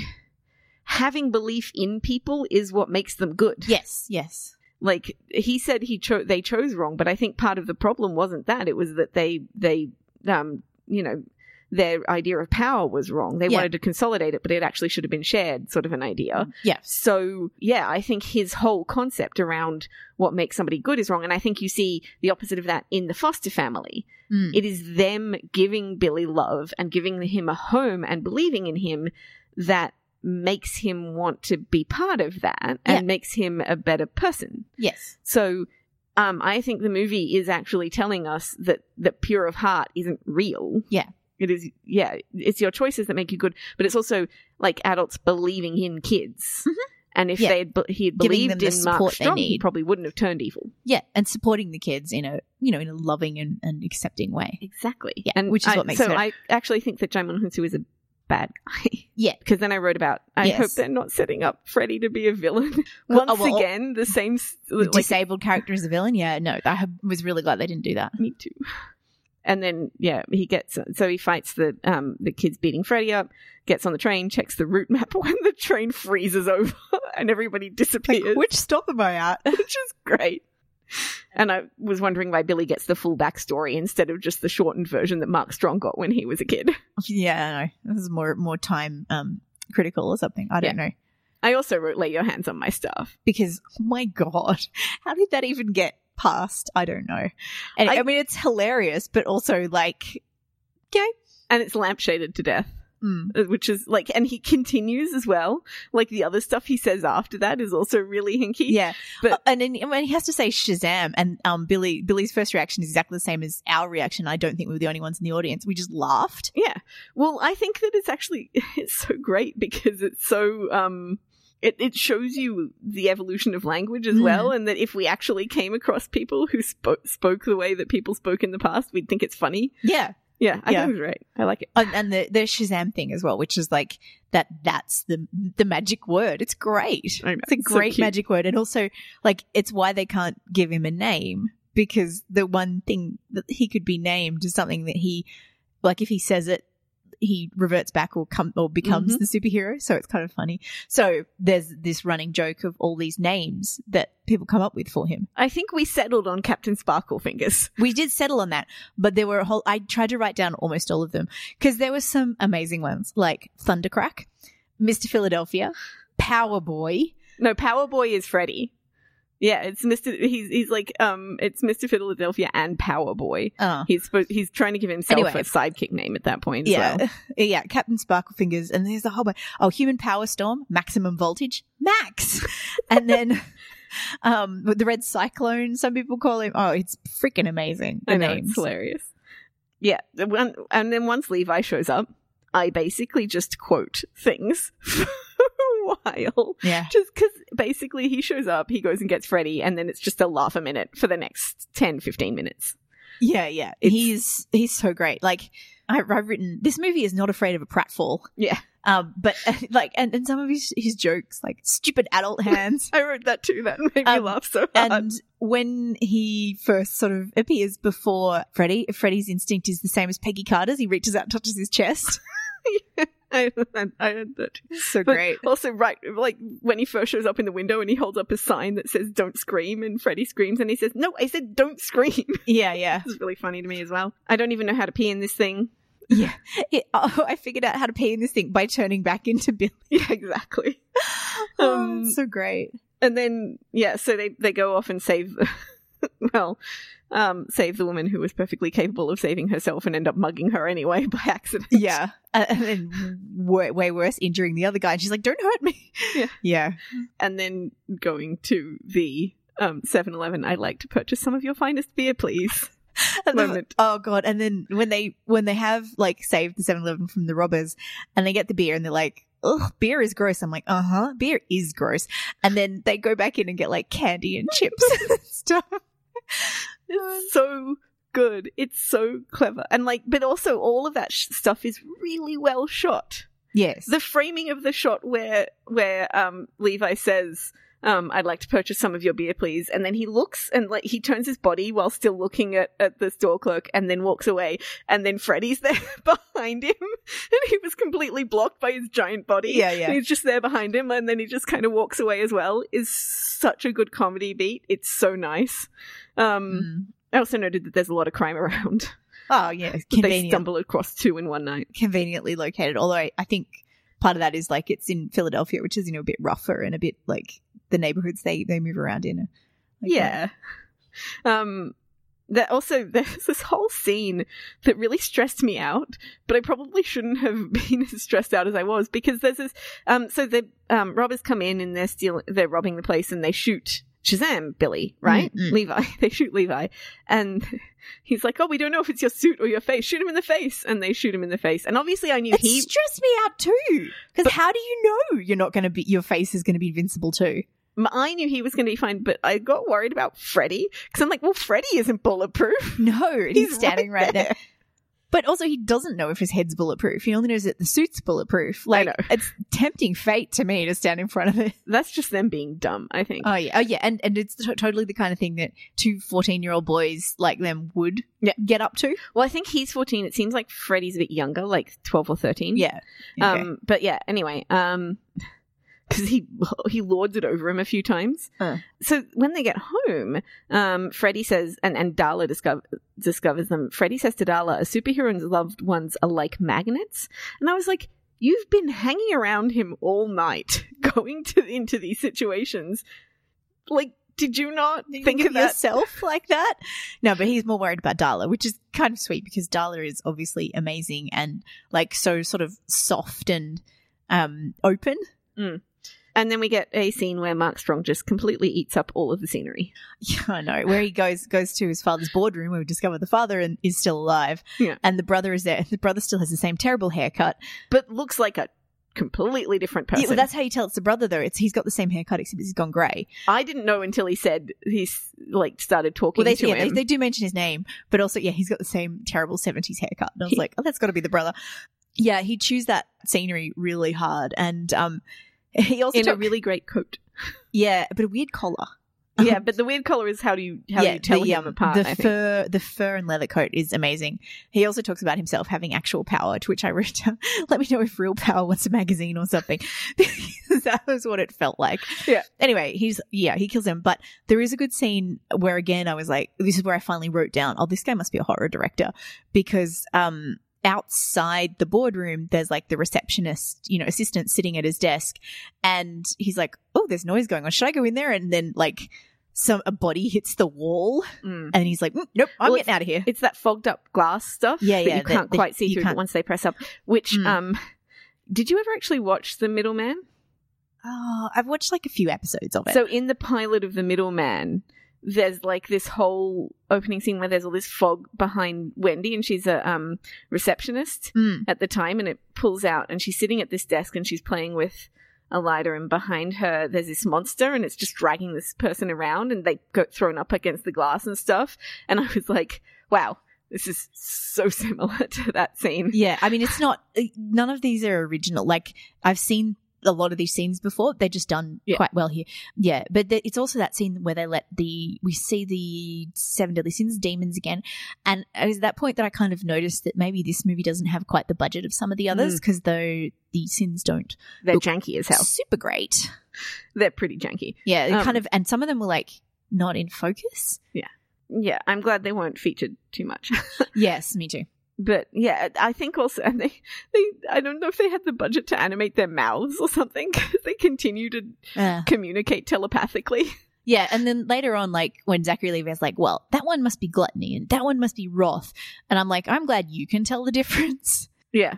having belief in people is what makes them good.
Yes, yes,
Like he said, he cho- they chose wrong, but I think part of the problem wasn't that it was that they they um you know their idea of power was wrong. They
Yeah.
wanted to consolidate it, but it actually should have been shared, sort of an idea.
yes,
So, yeah, I think his whole concept around what makes somebody good is wrong. And I think you see the opposite of that in the foster family.
Mm.
It is them giving Billy love and giving him a home and believing in him that makes him want to be part of that and
Yeah.
makes him a better person.
yes,
So, um, I think the movie is actually telling us that, that pure of heart isn't real.
Yeah.
It is, yeah, it's your choices that make you good, but it's also like adults believing in kids.
Mhm.
And if
Yeah.
they had, be- he had
Giving them
believed
the
in Mark
support they
Strong, he
need.
probably wouldn't have turned evil.
yeah, and supporting the kids in a you know in a loving and, and accepting way.
Exactly.
Yeah,
and
which is
I-
what makes
so
it-
I actually think that Jaimon Hunsu is a bad guy.
Yeah.
Because then I wrote about, I
Yes.
hope they're not setting up Freddy to be a villain.
Well,
Once
oh, well,
again, the same. s-
the
Like,
disabled character as a villain. Yeah, no, I ha- was really glad they didn't do that.
me too. And then, yeah, he gets so he fights the um the kids beating Freddy up, gets on the train, checks the route map when the train freezes over, and everybody disappears,
Which stop am I at?
which is great. And I was wondering why Billy gets the full backstory instead of just the shortened version that Mark Strong got when he was a kid.
Yeah, I know. This is more more time um critical or something. I don't know.
I also wrote "Lay Your Hands on My Staff."
Because oh my god, how did that even get past? I don't know. And I,
I-
mean it's hilarious, but also like
and it's lampshaded to death,
mm,
uh, which is like, and he continues as well. Like the other stuff he says after that is also really hinky.
yeah.
But-
But and then when he has to say Shazam and um Billy Billy's first reaction is exactly the same as our reaction. I don't think we were the only ones in the audience. We just laughed.
Yeah. Well, I think that it's actually it's so great because it's so um it, it shows you the evolution of language as
Mm.
well, and that if we actually came across people who spoke spoke the way that people spoke in the past, we'd think it's funny.
Yeah.
Yeah, I
Yeah.
think it's right. I like it.
And, and the, the Shazam thing as well, which is like that that's the the magic word. It's great.
I know.
It's a
so
great
cute.
magic word. And also, like, it's why they can't give him a name because the one thing that he could be named is something that he, like, if he says it, he reverts back or come or becomes
Mhm.
the superhero. So it's kind of funny. So there's this running joke of all these names that people come up with for him.
I think we settled on Captain Sparkle Fingers.
We did settle on that, but there were a whole. I tried to write down almost all of them because there were some amazing ones like Thundercrack, Mister Philadelphia, Power Boy.
No, Power Boy is Freddy. Yeah, it's Mister. He's he's like um, it's Mister Philadelphia and Power Boy.
Uh,
He's supposed, he's trying to give himself
Anyway.
a sidekick name at that point. as
Yeah,
well.
yeah. Captain Sparkle Fingers, and there's a whole bunch. Oh, Human Power Storm, Maximum Voltage, Max, and then um with the Red Cyclone. Some people call him. Oh, it's freaking amazing. The
I know
names.
it's hilarious. Yeah, the one, and then once Levi shows up, I basically just quote things for a while,
Yeah,
just because basically he shows up, he goes and gets Freddy, and then it's just a laugh a minute for the next 10, 15 minutes.
yeah, yeah.
It's-
he's he's so great. Like I, I've written, this movie is not afraid of a pratfall.
Yeah.
Um, but like, and, and some of his his jokes, like stupid adult hands.
I wrote that too. That made me
Um,
laugh so hard.
And when he first sort of appears before Freddy, Freddy's instinct is the same as Peggy Carter's. He reaches out and touches his chest.
I, I, I had that. Too.
so
But
great.
Also, right, like when he first shows up in the window and he holds up a sign that says "Don't scream," and Freddy screams, and he says, "No, I said don't scream."
Yeah, yeah.
It's really funny to me as well. I don't even know how to pee in this thing.
Yeah. It, oh, I figured out how to pee in this thing by turning back into Billy.
Yeah, exactly.
Oh,
Um,
so great.
and then yeah, so they they go off and save, well, um, save the woman who was perfectly capable of saving herself and end up mugging her anyway by accident.
Yeah. Uh, and then way, way worse, injuring the other guy. And she's like, don't hurt me.
Yeah.
Yeah.
and then going to the um 7-Eleven. I'd like to purchase some of your finest beer, please.
And then-
Moment.
oh god! And then when they when they have like saved the 7-Eleven from the robbers, and they get the beer, and they're like, "Ugh, beer is gross." I'm like, "Uh huh, beer is gross." And then they go back in and get like candy and chips and stuff.
It's so good. It's so clever, and like, but also all of that sh- stuff is really well shot.
Yes,
the framing of the shot where where um Levi says um, I'd like to purchase some of your beer, please. And then he looks and like he turns his body while still looking at, at the store clerk and then walks away. And then Freddy's there behind him and he was completely blocked by his giant body.
Yeah, yeah.
And he's just there behind him and then he just kind of walks away as well. Is such a good comedy beat. It's so nice. Um,
Mm.
I also noted that there's a lot of crime around.
Oh yeah,
that They
convenient.
stumble across two in one night.
conveniently located. Although I, I think part of that is like it's in Philadelphia, which is you know a bit rougher and a bit like the neighborhoods they they move around in. are, like,
yeah. Um, that also there's this whole scene that really stressed me out, but I probably shouldn't have been as stressed out as I was because there's this. Um, so the um, robbers come in and they're stealing, they're robbing the place and they shoot Shazam Billy, right?
Mm, mm.
Levi. They shoot Levi, and he's like, "Oh, we don't know if it's your suit or your face. Shoot him in the face!" And they shoot him in the face. And obviously, I knew
It
he
stressed me out too, because how do you know you're not going to be your face is going to be invincible too?
M- I knew he was going to be fine, but I got worried about Freddy because I'm like, well, Freddy isn't bulletproof.
No, and he's,
He's
standing right,
right
there.
there.
But also, he doesn't know if his head's bulletproof. He only knows that the suit's bulletproof. Like
know.
it's tempting fate to me to stand in front of it.
That's just them being dumb, I think.
Oh yeah, oh yeah, and and it's t- totally the kind of thing that two 14 year old boys like them would
Yeah.
get up to.
well, I think he's 14. It seems like Freddy's a bit younger, like 12 or 13.
Yeah. Okay.
Um, but yeah, anyway, um, because he he lords it over him a few times.
Uh.
So when they get home, um, Freddy says, and and Darla discover, discovers them. Freddy says to Darla, "A superhero's loved ones are like magnets," and I was like. You've been hanging around him all night, going to into these situations. Like, did you not
think,
think
of
of that?
yourself like that. No, but he's more worried about Darla, which is kind of sweet because Darla is obviously amazing and like so sort of soft and um open.
And then we get a scene where Mark Strong just completely eats up all of the scenery.
Yeah, I know. Where he goes goes to his father's boardroom where we discover the father and is still alive.
Yeah.
And the brother is there. The brother still has the same terrible haircut.
but looks like a completely different person.
Yeah, well, that's how you tell it's the brother though. It's he's got the same haircut except he's gone grey.
I didn't know until he said he's like started talking
Well they,
to
yeah, they
him.
they do mention his name, but also yeah, he's got the same terrible seventies haircut. And I was like, Oh, that's gotta be the brother. Yeah, he chews that scenery really hard and um he also
in a
took-
really great coat.
Yeah, but a weird collar.
Yeah, but the weird collar is how do you how do you tell
the,
him
um,
apart?
The
I think.
fur, the fur and leather coat is amazing. He also talks about himself having actual power, to which I wrote down. Let me know if Real Power wants a magazine or something. Because that was what it felt like.
Yeah.
Anyway, he's yeah, he kills him. But there is a good scene where again I was like, this is where I finally wrote down, oh, this guy must be a horror director because um. Outside the boardroom, there's like the receptionist, you know, assistant sitting at his desk, and he's like, "Oh, there's noise going on. Should I go in there?" And then like some a body hits the wall,
Mm.
and he's like, "Mm, "Nope, I'm
Well,
getting out of here."
It's that fogged up glass stuff
Yeah,
that
yeah,
you
that-
can't
that
quite see
you
through
can't-
but once they press up. Which
Mm.
um did you ever actually watch The Middleman?
Oh, I've watched like a few episodes of it.
So in the pilot of The Middleman, there's like this whole opening scene where there's all this fog behind Wendy and she's a um receptionist
Mm.
at the time and it pulls out and she's sitting at this desk and she's playing with a lighter and behind her there's this monster and it's just dragging this person around and they got thrown up against the glass and stuff and i was like wow this is so similar to that scene
yeah, I mean, it's not. eh, None of these are original. Like I've seen a lot of these scenes before. They're just done
Yeah.
quite well here. Yeah, but the, it's also that scene where they let the we see the seven deadly sins demons again, and it was at that point that I kind of noticed that maybe this movie doesn't have quite the budget of some of the others because though the sins don't
they're
Look-
janky as hell
super great.
they're pretty janky
Yeah, it
Um,
kind of, and some of them were like not in focus.
yeah i'm glad they weren't featured too much
yes, me too.
but yeah i think also and they they i don't know if they had the budget to animate their mouths or something 'cause they continue to
Uh,
communicate telepathically
Yeah, and then later on, like when Zachary Levi's like, "Well, that one must be gluttony, and that one must be wrath," and I'm like, "I'm glad you can tell the difference."
yeah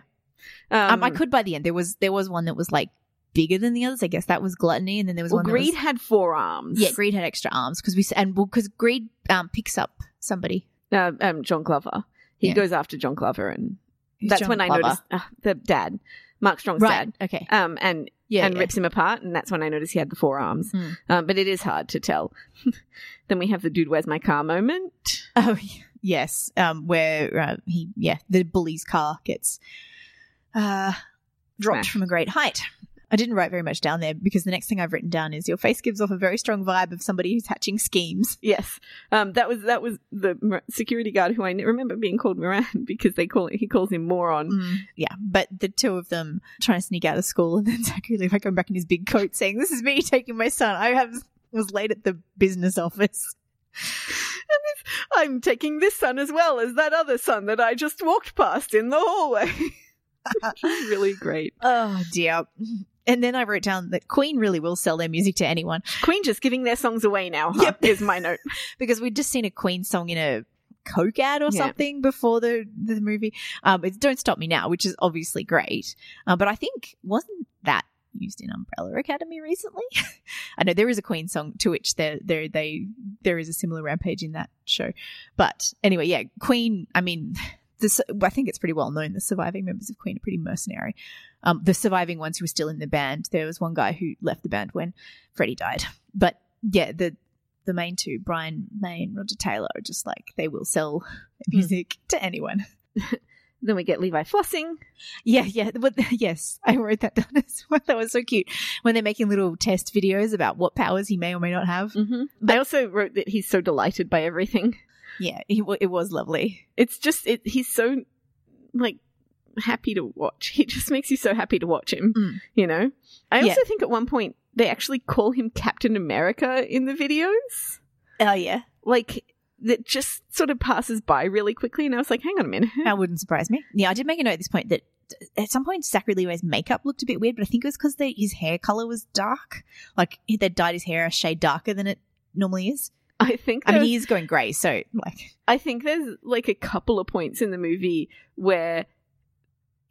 Um, I could by the end. There was there was one that was like bigger than the others. I guess that was gluttony, and then there was
Well,
one that
Greed
was-
had four arms.
yeah, greed had extra arms because we s- and because greed um, picks up somebody.
Uh, um, John Glover. He
Yeah.
goes after John Glover, and
Who's
that's
John
when I
Glover.
noticed uh, the dad, Mark Strong's dad,
Right. Okay.
um, and
Yeah.
and
yeah.
rips him apart, and that's when I noticed he had the four arms.
Mm.
Um, but it is hard to tell. then we have the dude, where's my car moment.
Oh yeah. yes. Um, where uh, he yeah the bully's car gets uh dropped
Smashed.
from a great height. I didn't write very much down there because the next thing I've written down is your face gives off a very strong vibe of somebody who's hatching schemes.
Yes, um, that was that was the Mir- security guard who I n- remember being called Moran because they call he calls him
Mm.
moron.
Yeah, but the two of them trying to sneak out of school, and then Zachary Levi coming back in his big coat saying, "This is me taking my son. I have was late at the business office."
I'm taking this son as well as that other son that I just walked past in the hallway. really great.
Oh dear. And then I wrote down that Queen really will sell their music to anyone
Queen just giving their songs away now. Huh?
Yep.
is my note.
because we'd just seen a Queen song in a Coke ad or
Yeah.
something before the the movie. Um, it's "Don't Stop Me Now," which is obviously great, uh, but I think wasn't that used in Umbrella Academy recently? I know there is a Queen song to which there there they there is a similar rampage in that show, but anyway, yeah, Queen. I mean. This, I think it's pretty well known. The surviving members of Queen are pretty mercenary. Um, the surviving ones who were still in the band, there was one guy who left the band when Freddie died. But yeah, the the main two, Brian May and Roger Taylor, are just like they will sell music to anyone.
Then we get Levi flossing.
Yeah, yeah, but, yes, I wrote that down as well. That was so cute when they're making little test videos about what powers he may or may not have.
Mm-hmm. I also wrote that he's so delighted by everything.
Yeah, it, wa- it was lovely.
It's just it, he's so like happy to watch. He just makes you so happy to watch him.
Mm.
You know. I
Yeah.
also think at one point they actually call him Captain America in the videos.
Oh yeah,
Like that just sort of passes by really quickly, and I was like, hang on a minute.
that wouldn't surprise me. Yeah, I did make a note at this point that at some point Zachary Levi's makeup looked a bit weird, but I think it was because his hair color was dark. Like he- they dyed his hair a shade darker than it normally is.
I think
I mean,
there's-
he is going grey, so like
I think there's like a couple of points in the movie where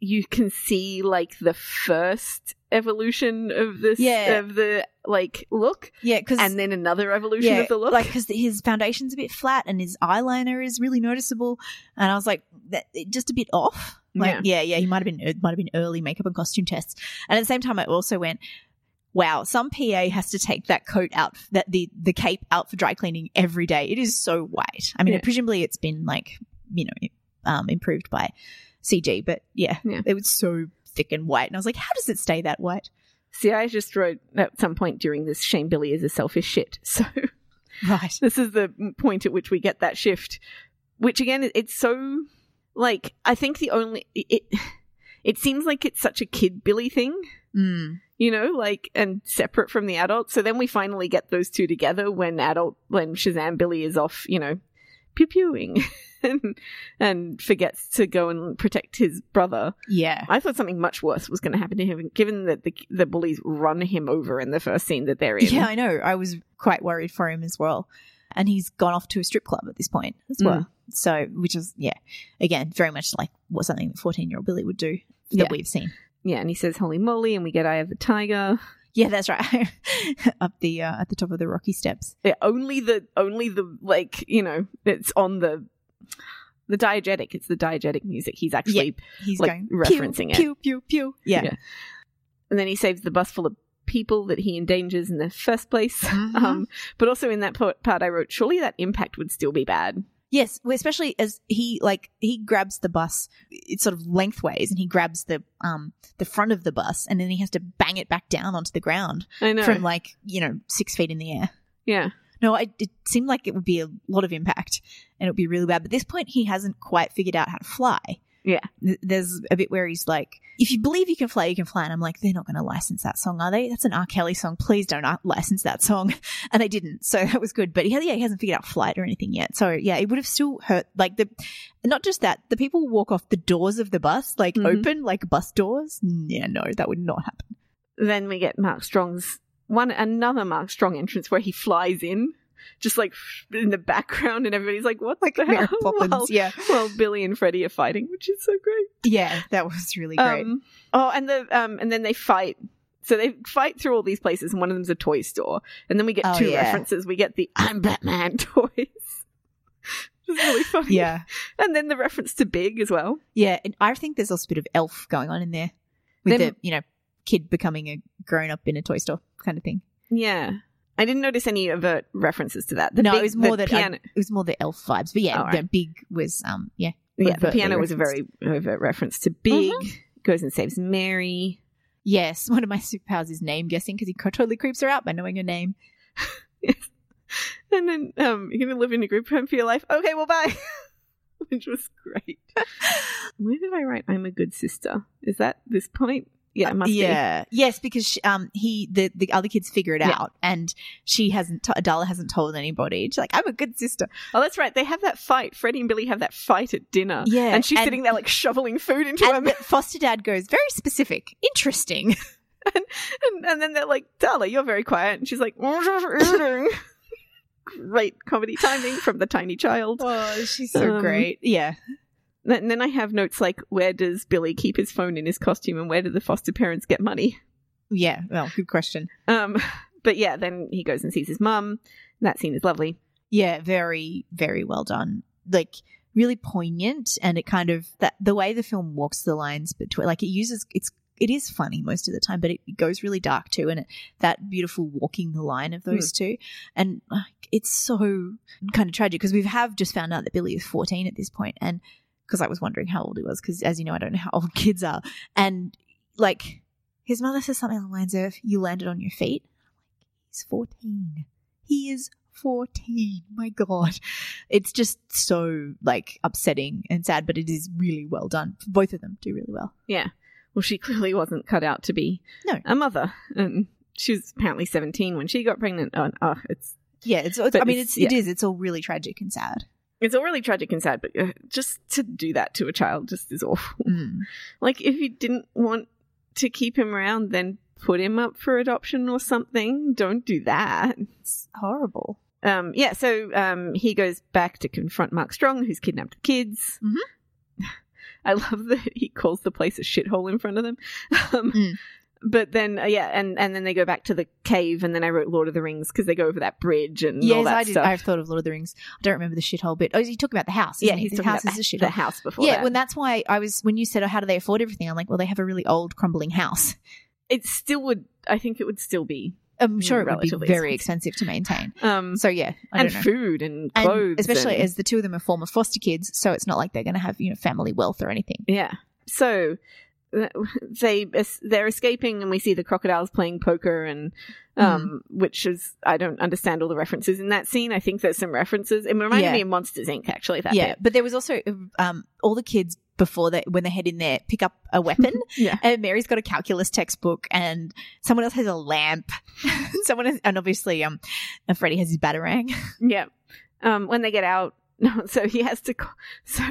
you can see like the first evolution of this
Yeah.
of the like look
yeah, because
and then another evolution of the look
Like because his foundation's a bit flat and his eyeliner is really noticeable, and I was like, that it just a bit off. Like, yeah, yeah, he might have been it might have been early makeup and costume tests, and at the same time, I also went. Wow, some PA has to take that coat out, that the the cape out for dry cleaning every day. It is so white. I mean,
Yeah.
presumably it's been like you know um, improved by CG, but yeah,
Yeah.
it was so thick and white. And I was like, how does it stay that white?
see i just wrote at some point during this shane billy is a selfish shit so
Right.
this is the point at which we get that shift which again it- it's so like i think the only it it seems like it's such a kid billy thing
Mm.
you know, like and separate from the adult. So then we finally get those two together when adult when Shazam Billy is off, you know, pew pewing and, and forgets to go and protect his brother.
Yeah.
I thought something much worse was going to happen to him, given that the the bullies run him over in the first scene that they're in.
Yeah, I know. I was quite worried for him as well. And he's gone off to a strip club at this point as well.
Hmm.
So, which is, yeah, again, very much like what something that 14 year old Billy would do that
Yeah.
we've seen.
Yeah, and he says "Holy moly," and we get "Eye of the Tiger."
Yeah, that's right. Up the, uh, at the top of the rocky steps.
Yeah, only the only the like you know it's on the the diegetic. It's the diegetic music. He's actually
He's
Like,
going
referencing it.
pew, Pew, pew, pew. Yeah.
Yeah. and then he saves the bus full of people that he endangers in the first place.
Mhm.
Um, but also in that po- part, I wrote, surely that impact would still be bad.
Yes, well, especially as he like he grabs the bus, it's sort of lengthways, and he grabs the um the front of the bus, and then he has to bang it back down onto the ground
I know.
from like you know six feet in the air.
yeah.
No, I, it seemed like it would be a lot of impact and it would be really bad. But at this point, he hasn't quite figured out how to fly.
Yeah.
Th- There's a bit where he's like, if you believe you can fly, you can fly. And I'm like, they're not going to license that song, are they? That's an R. Kelly song. Please don't uh, license that song. And they didn't. So that was good. But he, yeah, he hasn't figured out flight or anything yet. So yeah, it would have still hurt. Like the, not just that, the people walk off the doors of the bus, like
Mhm.
open, like bus doors. Yeah, no, that would not happen.
Then we get Mark Strong's one, another Mark Strong entrance where he flies in, just like in the background, and everybody's like, what
Like
the
Mary
hell?
Poppins.
While,
yeah.
while Billy and Freddie are fighting, which is so great.
Yeah. That was really great.
Um, oh, and the um, and then they fight. So they fight through all these places, and one of them's a toy store. And then we get
Oh,
two
yeah.
references. We get the "I'm Batman" toys, which is really funny.
yeah.
and then the reference to Big as well.
Yeah, and I think there's also a bit of elf going on in there with
Them-
the you know kid becoming a grown up in a toy store kind of thing.
Yeah, I didn't notice any overt references to that. The
no,
Big-
it was more
the
that I-
piano.
it was more the elf vibes, but yeah,
All
the big was um yeah
yeah, the
overtly Mm-hmm.
piano was a very overt reference to Big. Goes and saves Mary.
Yes, one of my superpowers is name guessing because he co- totally creeps her out by knowing her name.
And then um, you're gonna live in a group home for your life. Okay, well, bye. Which was great. Where did I write? I'm a good sister. Is that this point? Yeah, it must be.
yeah. Yes, because she, um he the the other kids figure it
Yeah.
out, and she hasn't. T- Adala hasn't told anybody. She's like, "I'm a good sister."
Oh, that's right. They have that fight. Freddie and Billy have that fight at dinner.
Yeah,
and she's
and-
sitting there like shoveling food into him.
And the foster dad goes very specific, interesting.
And, and then they're like, Darla, you're very quiet. And she's like, great comedy timing from the tiny child.
Oh, she's
so great.
Yeah,
And then I have notes like, where does Billy keep his phone in his costume and where do the foster parents get money?
yeah. Well, good question.
Um, but yeah, then he goes and sees his mum. That scene is lovely.
Yeah, very very well done. Like really poignant, and it kind of that the way the film walks the lines between, like it uses it's it is funny most of the time, but it goes really dark too, and it, that beautiful walking the line of those two, and like it's so kind of tragic because we have just found out that Billy is fourteen at this point, and because I was wondering how old he was, because as you know, I don't know how old kids are, and like his mother says something along the lines of "You landed on your feet." He's fourteen. He is fourteen. My God, it's just so like upsetting and sad, but it is really well done. Both of them do really well.
Well, she clearly wasn't cut out to be
No.
a mother. And she was apparently 17 when she got pregnant. Oh, oh, it's
Yeah, it's. it's
But
I mean,
it's-
it's, it is. It's all really tragic and sad.
it's all really tragic and sad, but uh, just to do that to a child just is awful.
Mm.
Like, if you didn't want to keep him around, then put him up for adoption or something. Don't do that.
It's horrible.
Um, yeah, so um, he goes back to confront Mark Strong, who's kidnapped the kids.
Mhm.
I love that he calls the place a shithole in front of them. Um,
Mm.
But then, uh, yeah, and, and then they go back to the cave, and then I wrote Lord of the Rings because they go over that bridge and all
Yes,
that
I did.
stuff.
I've thought of Lord of the Rings. I don't remember the shithole bit. Oh, you talking about the house?
yeah,
isn't he?
he's
the
talking
house
about
is a
the,
shithole.
house before
Yeah,
that.
well, that's why I was when you said, "Oh, how do they afford everything?" I'm like, "Well, they have a really old, crumbling house.
it still would, I think it would still be.
I'm sure it would be
Relatively
very Mm, expensive Mm. to maintain."
Um,
So yeah, I
and
don't know.
food and
And
clothes.
especially
and-
as the two of them are former foster kids, so it's not like they're going to have you know family wealth or anything.
Yeah. So th- they es- they're escaping, and we see the crocodiles playing poker, and
Mm-hmm.
um, which is I don't understand all the references in that scene. I think there's some references. It reminded
Yeah.
me of Monsters Inc. Actually, that
yeah,
bit.
but there was also um, all the kids before that when they head in there pick up a weapon.
Yeah.
and Mary's got a calculus textbook, and someone else has a lamp. someone has, and obviously um, uh, Freddie has his batarang.
Yeah. Um, when they get out, so he has to, co- so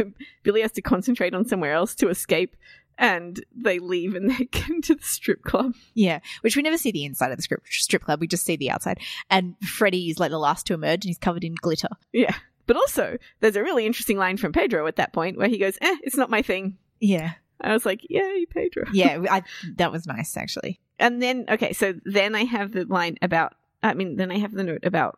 Billy has to concentrate on somewhere else to escape, and they leave and they get into the strip club.
yeah, which we never see the inside of the strip, strip club. We just see the outside, and Freddie is like the last to emerge, and he's covered in glitter.
Yeah. But also, there's a really interesting line from Pedro at that point where he goes, "Eh, it's not my thing."
Yeah,
I was like, "Yay, Pedro!"
yeah, I, that was nice actually.
and then okay, so then I have the line about I mean, then I have the note about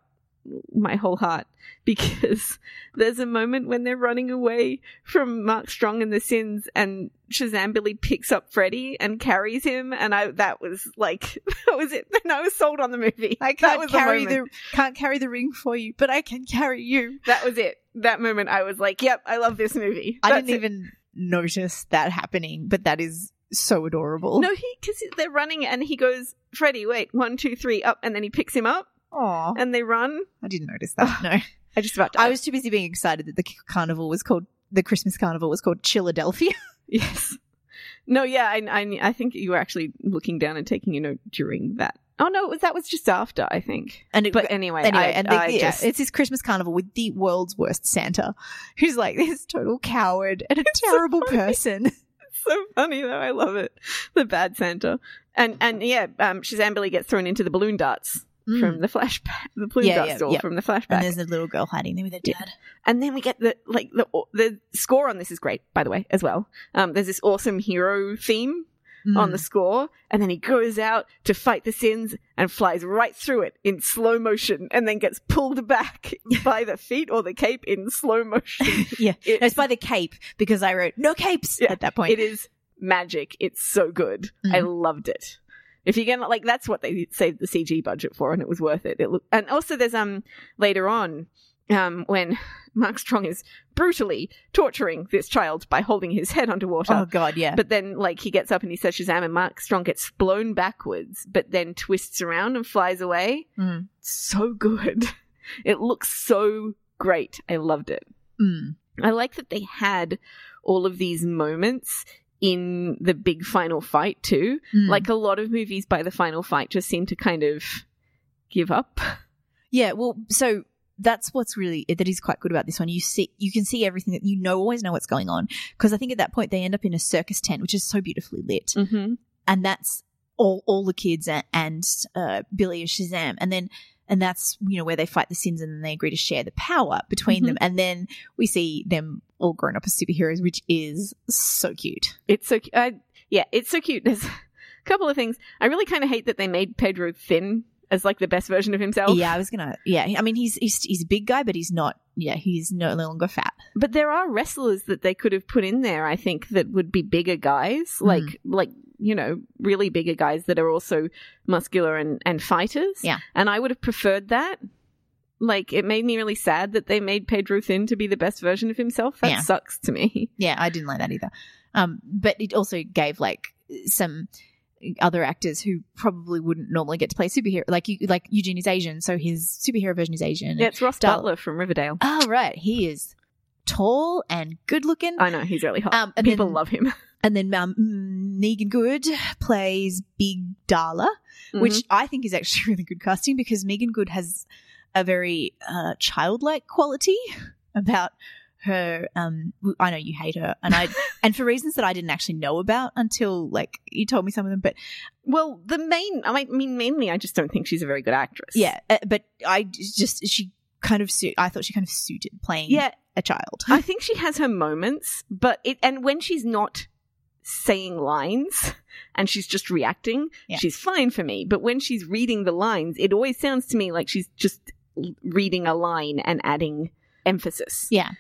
my whole heart because there's a moment when they're running away from Mark Strong and the Sins and Shazam Billy picks up Freddy and carries him and I that was like that was it. Then I was sold on the movie.
I
that
can't
was
carry
moment.
the can't carry the ring for you, but I can carry you.
that was it. That moment I was like, Yep, I love this movie.
I
That's
didn't even notice that happening, but that is so adorable.
it. No, he because they're running and he goes, Freddy, wait, one, two, three, up and then he picks him up
Aw,
and they run.
I didn't notice that. No,
I just about died.
I was too busy being excited that the carnival was called the Christmas carnival was called Philadelphia.
Yes. No, yeah, I, I, I think you were actually looking down and taking a note during that. Oh no, it was, that was just after, I think.
And it,
But anyway,
anyway,
I,
and the,
I
yeah,
just,
it's this Christmas carnival with the world's worst Santa, who's like this total coward and a terrible person.
it's so funny though. I love it. The bad Santa, and and yeah, um, Shazam Billy gets thrown into the balloon darts from the flashback, the balloon
Mm. Yeah,
dart
yeah,
store
yeah.
from the flashback, and,
and there's a little girl hiding there with her
Yeah.
dad.
then we get the like the the score on this is great, by the way, as well. Um, there's this awesome hero theme
Mm.
on the
Hmm.
score, and then he goes out to fight the sins and flies right through it in slow motion, and then gets pulled back by the feet or the cape in slow motion.
yeah,
It-
no, it's by the cape because I wrote no capes
Yeah,
at that point. Hmm.
it is magic. It's so good. I loved it. If you're gonna like, that's what they saved the CG budget for, and it was worth it. It look- and also there's um later on um, when Mark Strong is brutally torturing this child by holding his head underwater.
Oh god, yeah.
But then, like, he gets up and he says Shazam, and Mark Strong gets blown backwards, but then twists around and flies away.
Mm.
So good. It looks so great. I loved it.
Mm.
I like that they had all of these moments in the big final fight, too.
Mm.
Like, a lot of movies by the final fight just seem to kind of give up.
yeah, well, so that's what's really that is quite good about this one. You see, you can see everything that you know, always know what's going on because I think at that point they end up in a circus tent, which is so beautifully lit,
Mm-hmm.
and that's all all the kids and, and uh, Billy is Shazam, and then and that's you know where they fight the sins, and then they agree to share the power between them, and then we see them all grown up as superheroes, which is so cute.
It's so cu- I, yeah, it's so cute. There's a couple of things. I really kind of hate that they made Pedro thin as like the best version of himself.
Yeah, I was gonna. Yeah, I mean he's he's he's a big guy, but he's not. Yeah, he's no longer fat.
But there are wrestlers that they could have put in there, I think, that would be bigger guys,
Hmm.
like like you know, really bigger guys that are also muscular and and fighters.
Yeah.
and I would have preferred that. Like, it made me really sad that they made Pedro thin to be the best version of himself. That
Yeah.
sucks to me.
Yeah, I didn't like that either. Um, but it also gave like some other actors who probably wouldn't normally get to play superhero. Like you, like Eugene is Asian, so his superhero version is Asian.
Yeah, it's Ross
Dull.
Butler from Riverdale.
Oh right, he is tall and good looking.
I know he's really hot.
Um, and
People
then-
love him.
And then um, Negan Good plays Big Darla,
Mhm.
which I think is actually really good casting because Megan Good has a very uh, childlike quality about her. Um, w- I know you hate her, and I and for reasons that I didn't actually know about until like you told me some of them. But
well, the main I mean, mainly I just don't think she's a very good actress.
yeah, uh, but I j- just she kind of suit. I thought she kind of suited playing
yeah.
a child.
I think she has her moments, but it and when she's not saying lines and she's just reacting,
Yeah.
she's fine for me. But when she's reading the lines, it always sounds to me like she's just l- reading a line and adding emphasis.
yeah.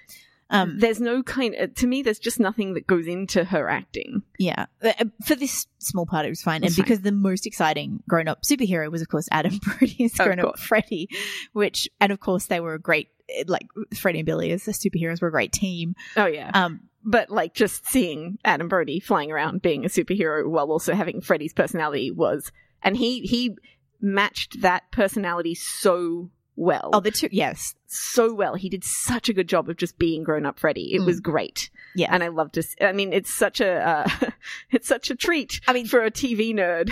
Um,
there's no kind uh, to me. There's just nothing that goes into her acting.
yeah. Uh, For this small part, it was fine.
It's
and because the most exciting grown up superhero was, of course, Adam Brody's
Of
grown up
course.
Freddy, which, and of course, they were a great, eh, like, Freddy and Billy as the superheroes were a great team.
Oh yeah,
Um,
but like just seeing Adam Brody flying around being a superhero while also having Freddy's personality was, and he he matched that personality so well.
oh, the two, yes.
so well. He did such a good job of just being grown up Freddy. It
Mm.
was great.
Yeah.
And I love to s- I mean it's such a uh, it's such a treat
I mean,
for a TV nerd.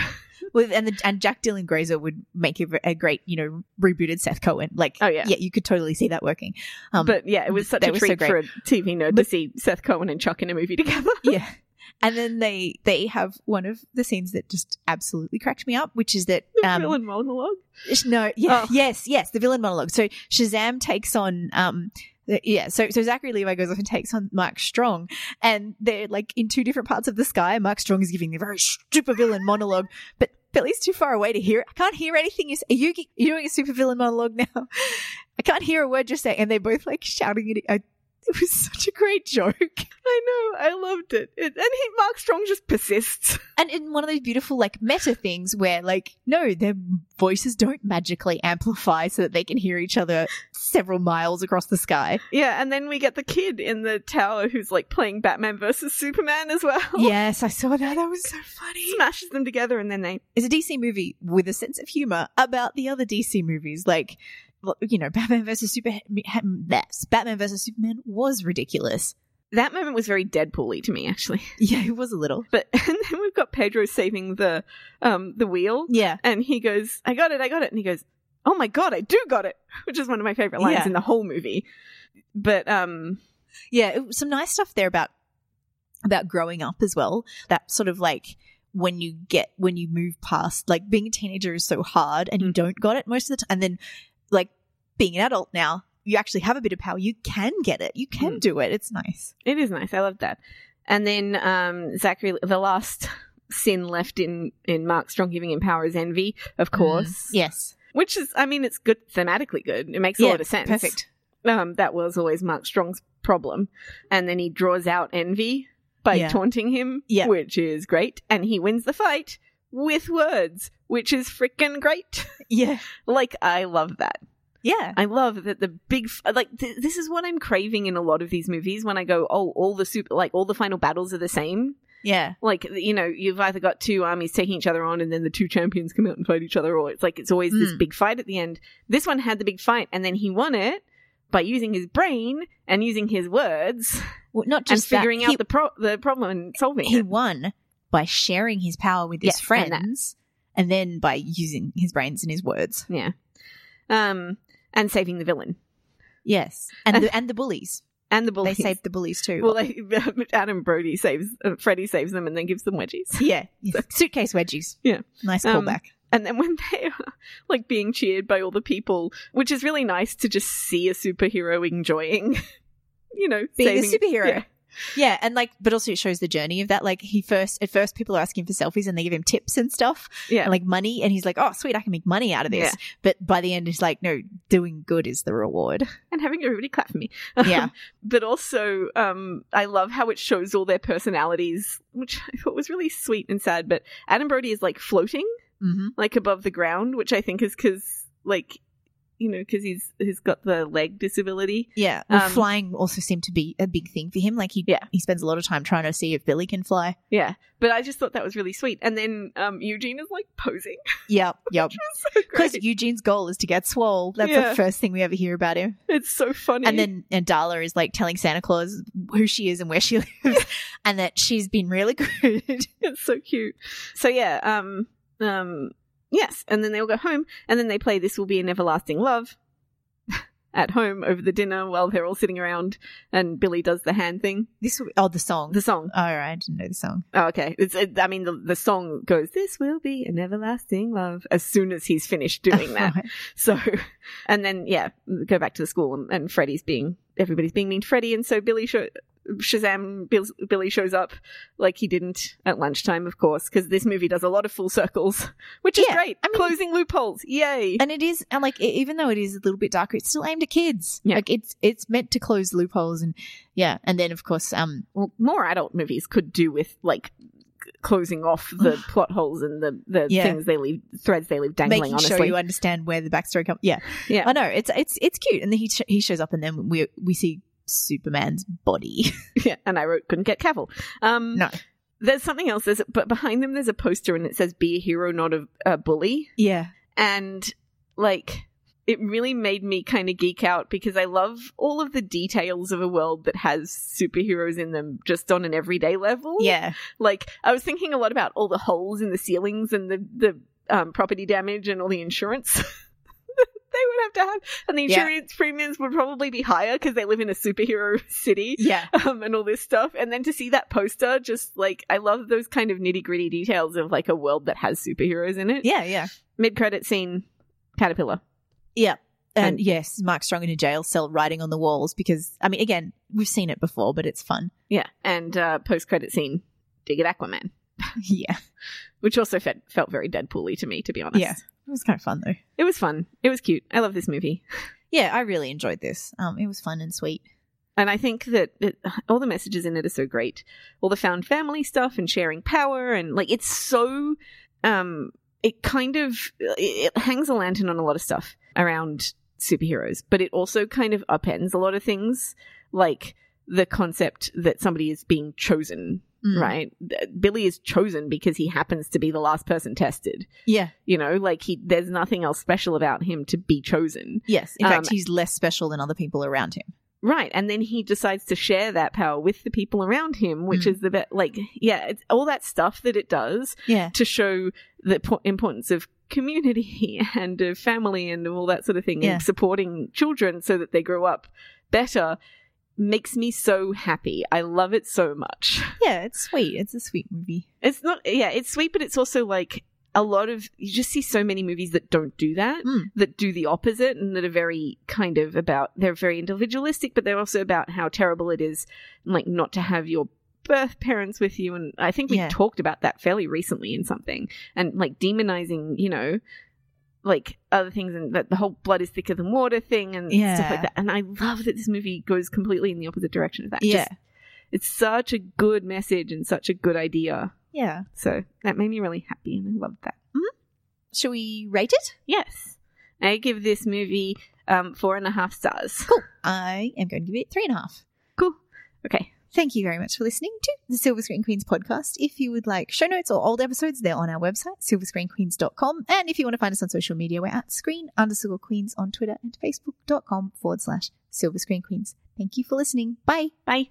with, and the, and Jack Dylan Grazer would make a, a great, you know, rebooted Seth Cohen. Like,
Oh, yeah.
Yeah, you could totally see that working. Um,
but yeah, it was such
they
a
were so
treat
great.
for a TV nerd to
But-
see Seth Cohen and Chuck in a movie together.
yeah. And then they, they have one of the scenes that just absolutely cracked me up, which is that,
The
um,
villain monologue.
Sh- No, yeah,
Oh.
yes, yes, the villain monologue. So Shazam takes on, um, the- yeah, so so Zachary Levi goes off and takes on Mark Strong, and they're like in two different parts of the sky. Mark Strong is giving the very super villain monologue, but Billy's too far away to hear. it. I can't hear anything. You say. Are you gi- you doing a super villain monologue now? I can't hear a word you're saying, and they're both like shouting it. I, it was such a great joke.
I know. I loved it. it and he, Mark Strong just persists.
and in one of those beautiful like meta things where like no their voices don't magically amplify so that they can hear each other several miles across the sky
Yeah, and then we get the kid in the tower who's like playing Batman versus Superman as well.
yes i saw that that was so funny
Smashes them together and then they
it's a dc movie with a sense of humor about the other dc movies like well, you know batman versus superman batman versus superman was ridiculous
that moment was very Deadpool-y to me actually.
yeah it was a little
But and then we've got Pedro saving the um the wheel,
yeah
and he goes, "I got it, I got it," and he goes, "Oh my god, I do got it," which is one of my favorite lines
Yeah.
in the whole movie. But um,
yeah it- some nice stuff there about about growing up as well that sort of like when you get when you move past like being a teenager is so hard
Mm.
and you don't got it most of the time and then like being an adult now you actually have a bit of power you can get it you can
Mm.
do it it's nice
it is nice. I love that. And then um, Zachary, the last sin left in in Mark Strong giving him power is envy, of
Mm.
course.
yes
Which is, I mean, it's good thematically good. It makes a
Yeah,
lot of sense.
perfect
Um, that was always Mark Strong's problem, and then he draws out envy by
Yeah.
taunting him,
Yeah.
which is great, and he wins the fight with words, which is freaking great.
yeah
Like, I love that.
Yeah.
I love that the big f- like th- this is what I'm craving in a lot of these movies when I go oh all the super like all the final battles are the same
Yeah.
like you know you've either got two armies taking each other on and then the two champions come out and fight each other or it's like it's always this
Mm.
big fight at the end this one had the big fight and then he won it by using his brain and using his words
Well, not just
and figuring
that.
out
he,
the pro- the problem and solving
he
it
won by sharing his power with his
Yeah, and that-
friends and, then by using his brains and his words.
yeah um and saving the villain
Yes. And the, and the bullies.
and the bully
They saved the bullies too.
well they, Adam Brody saves uh, Freddy saves them and then gives them wedgies
yeah. Yes. Suitcase wedgies.
Yeah.
Nice
Um,
callback.
And then when they are like being cheered by all the people, which is really nice to just see a superhero enjoying, you know,
Being a
saving-
superhero.
Yeah.
Yeah, and like, but also it shows the journey of that. Like, he first at first people are asking for selfies, and they give him tips and stuff,
Yeah.
and like money, and he's like, "Oh, sweet, I can make money out of this." But by the end, he's like, "No, doing good is the reward."
and having everybody clap for me. Um,
Yeah.
but also, um, I love how it shows all their personalities, which I thought was really sweet and sad. But Adam Brody is like floating,
Mm-hmm.
like above the ground, which I think is because, like, you know, because he's he's got the leg disability.
Yeah, Well,
Um,
flying also seemed to be a big thing for him. Like he,
Yeah.
he spends a lot of time trying to see if Billy can fly.
Yeah, but I just thought that was really sweet. And then um, Eugene is like posing.
Yep, yep. Because
Great.
Eugene's goal is to get swole. That's
Yeah.
the first thing we ever hear about him.
It's so funny.
And then and Darla is like telling Santa Claus who she is and where she lives, and that she's been really good.
it's so cute. So yeah, um, um, yes, and then they all go home, and then they play "This Will Be an Everlasting Love" at home over the dinner while they're all sitting around, and Billy does the hand thing,
This will be, oh the song.
the song.
oh, right, I didn't know the song.
Oh, okay, it's it, I mean the the song goes "This Will Be an Everlasting Love" as soon as he's finished doing that.
Right.
So, and then yeah, go back to the school, and, and Freddy's being everybody's being mean to Freddy, and so Billy show, Shazam Bill, Billy shows up like he didn't at lunchtime, of course, because this movie does a lot of full circles, which is
Yeah,
great.
I mean-
Closing loopholes, yay!
And it is, and like, e- even though it is a little bit darker, it's still aimed at kids.
Yeah.
Like, it's it's meant to close loopholes, and yeah, and then of course, um,
well, more adult movies could do with like c- closing off the plot holes and the the
Yeah.
things they leave threads they leave dangling.
making
honestly,
sure you understand where the backstory comes. Yeah,
Yeah.
I know it's it's it's cute, and then he sh- he shows up, and then we we see Superman's body.
yeah, and I wrote couldn't get Cavill. Um,
No.
There's something else, there's, but behind them there's a poster and it says "Be a hero, not a, a bully."
Yeah,
and like it really made me kind of geek out because I love all of the details of a world that has superheroes in them just on an everyday level.
yeah,
Like I was thinking a lot about all the holes in the ceilings and the the um, property damage and all the insurance they would have to have, and the
Yeah.
insurance premiums would probably be higher because they live in a superhero city.
yeah.
Um, and all this stuff, and then to see that poster, just like I love those kind of nitty gritty details of like a world that has superheroes in it
Yeah, yeah,
mid credit scene caterpillar
and,
And-
yes, Mark Strong in a jail cell writing on the walls because I mean, again, we've seen it before, but it's fun.
yeah and uh, post credit scene dig it aquaman
yeah,
which also fed, felt very deadpool to me to be honest
Yeah. it was kind of fun though.
it was fun it was cute i love this movie
Yeah, I really enjoyed this. Um, it was fun and sweet.
and i think that it, all the messages in it are so great all the found family stuff and sharing power and like it's so um it kind of it, it hangs a lantern on a lot of stuff around superheroes but it also kind of upends a lot of things like the concept that somebody is being chosen
Mm.
right? Th- Billy is chosen because he happens to be the last person tested.
Yeah.
You know, like he, there's nothing else special about him to be chosen,
Yes. In fact,
Um,
he's less special than other people around him.
right? And then he decides to share that power with the people around him, which
Mm.
is the best. Like, yeah, it's all that stuff that it does
Yeah.
to show the po- importance of community and of family and of all that sort of thing,
Yeah.
and supporting children so that they grow up better. Makes me so happy. I love it so much.
Yeah, it's sweet. It's a sweet movie.
It's not, yeah, it's sweet, but it's also like a lot of, you just see so many movies that don't do that,
Mm.
that do the opposite and that are very kind of about, they're very individualistic, but they're also about how terrible it is, like, not to have your birth parents with you. And I think we
Yeah.
talked about that fairly recently in something and like demonizing, you know, like other things and that the whole blood is thicker than water thing and stuff
Yeah.
like that. And I love that this movie goes completely in the opposite direction of that.
Yeah.
Just- it's such a good message and such a good idea.
Yeah.
So that made me really happy and I loved that.
Should we rate it?
Yes. I give this movie um, four and a half stars.
I am going to give it three and a half.
Cool. Okay.
Thank you very much for listening to the Silver Screen Queens podcast. If you would like show notes or old episodes, they're on our website, silverscreenqueens.com. And if you want to find us on social media, we're at screen underscore queens on Twitter and facebook.com forward slash silver screen queens. Thank you for listening. Bye.
Bye.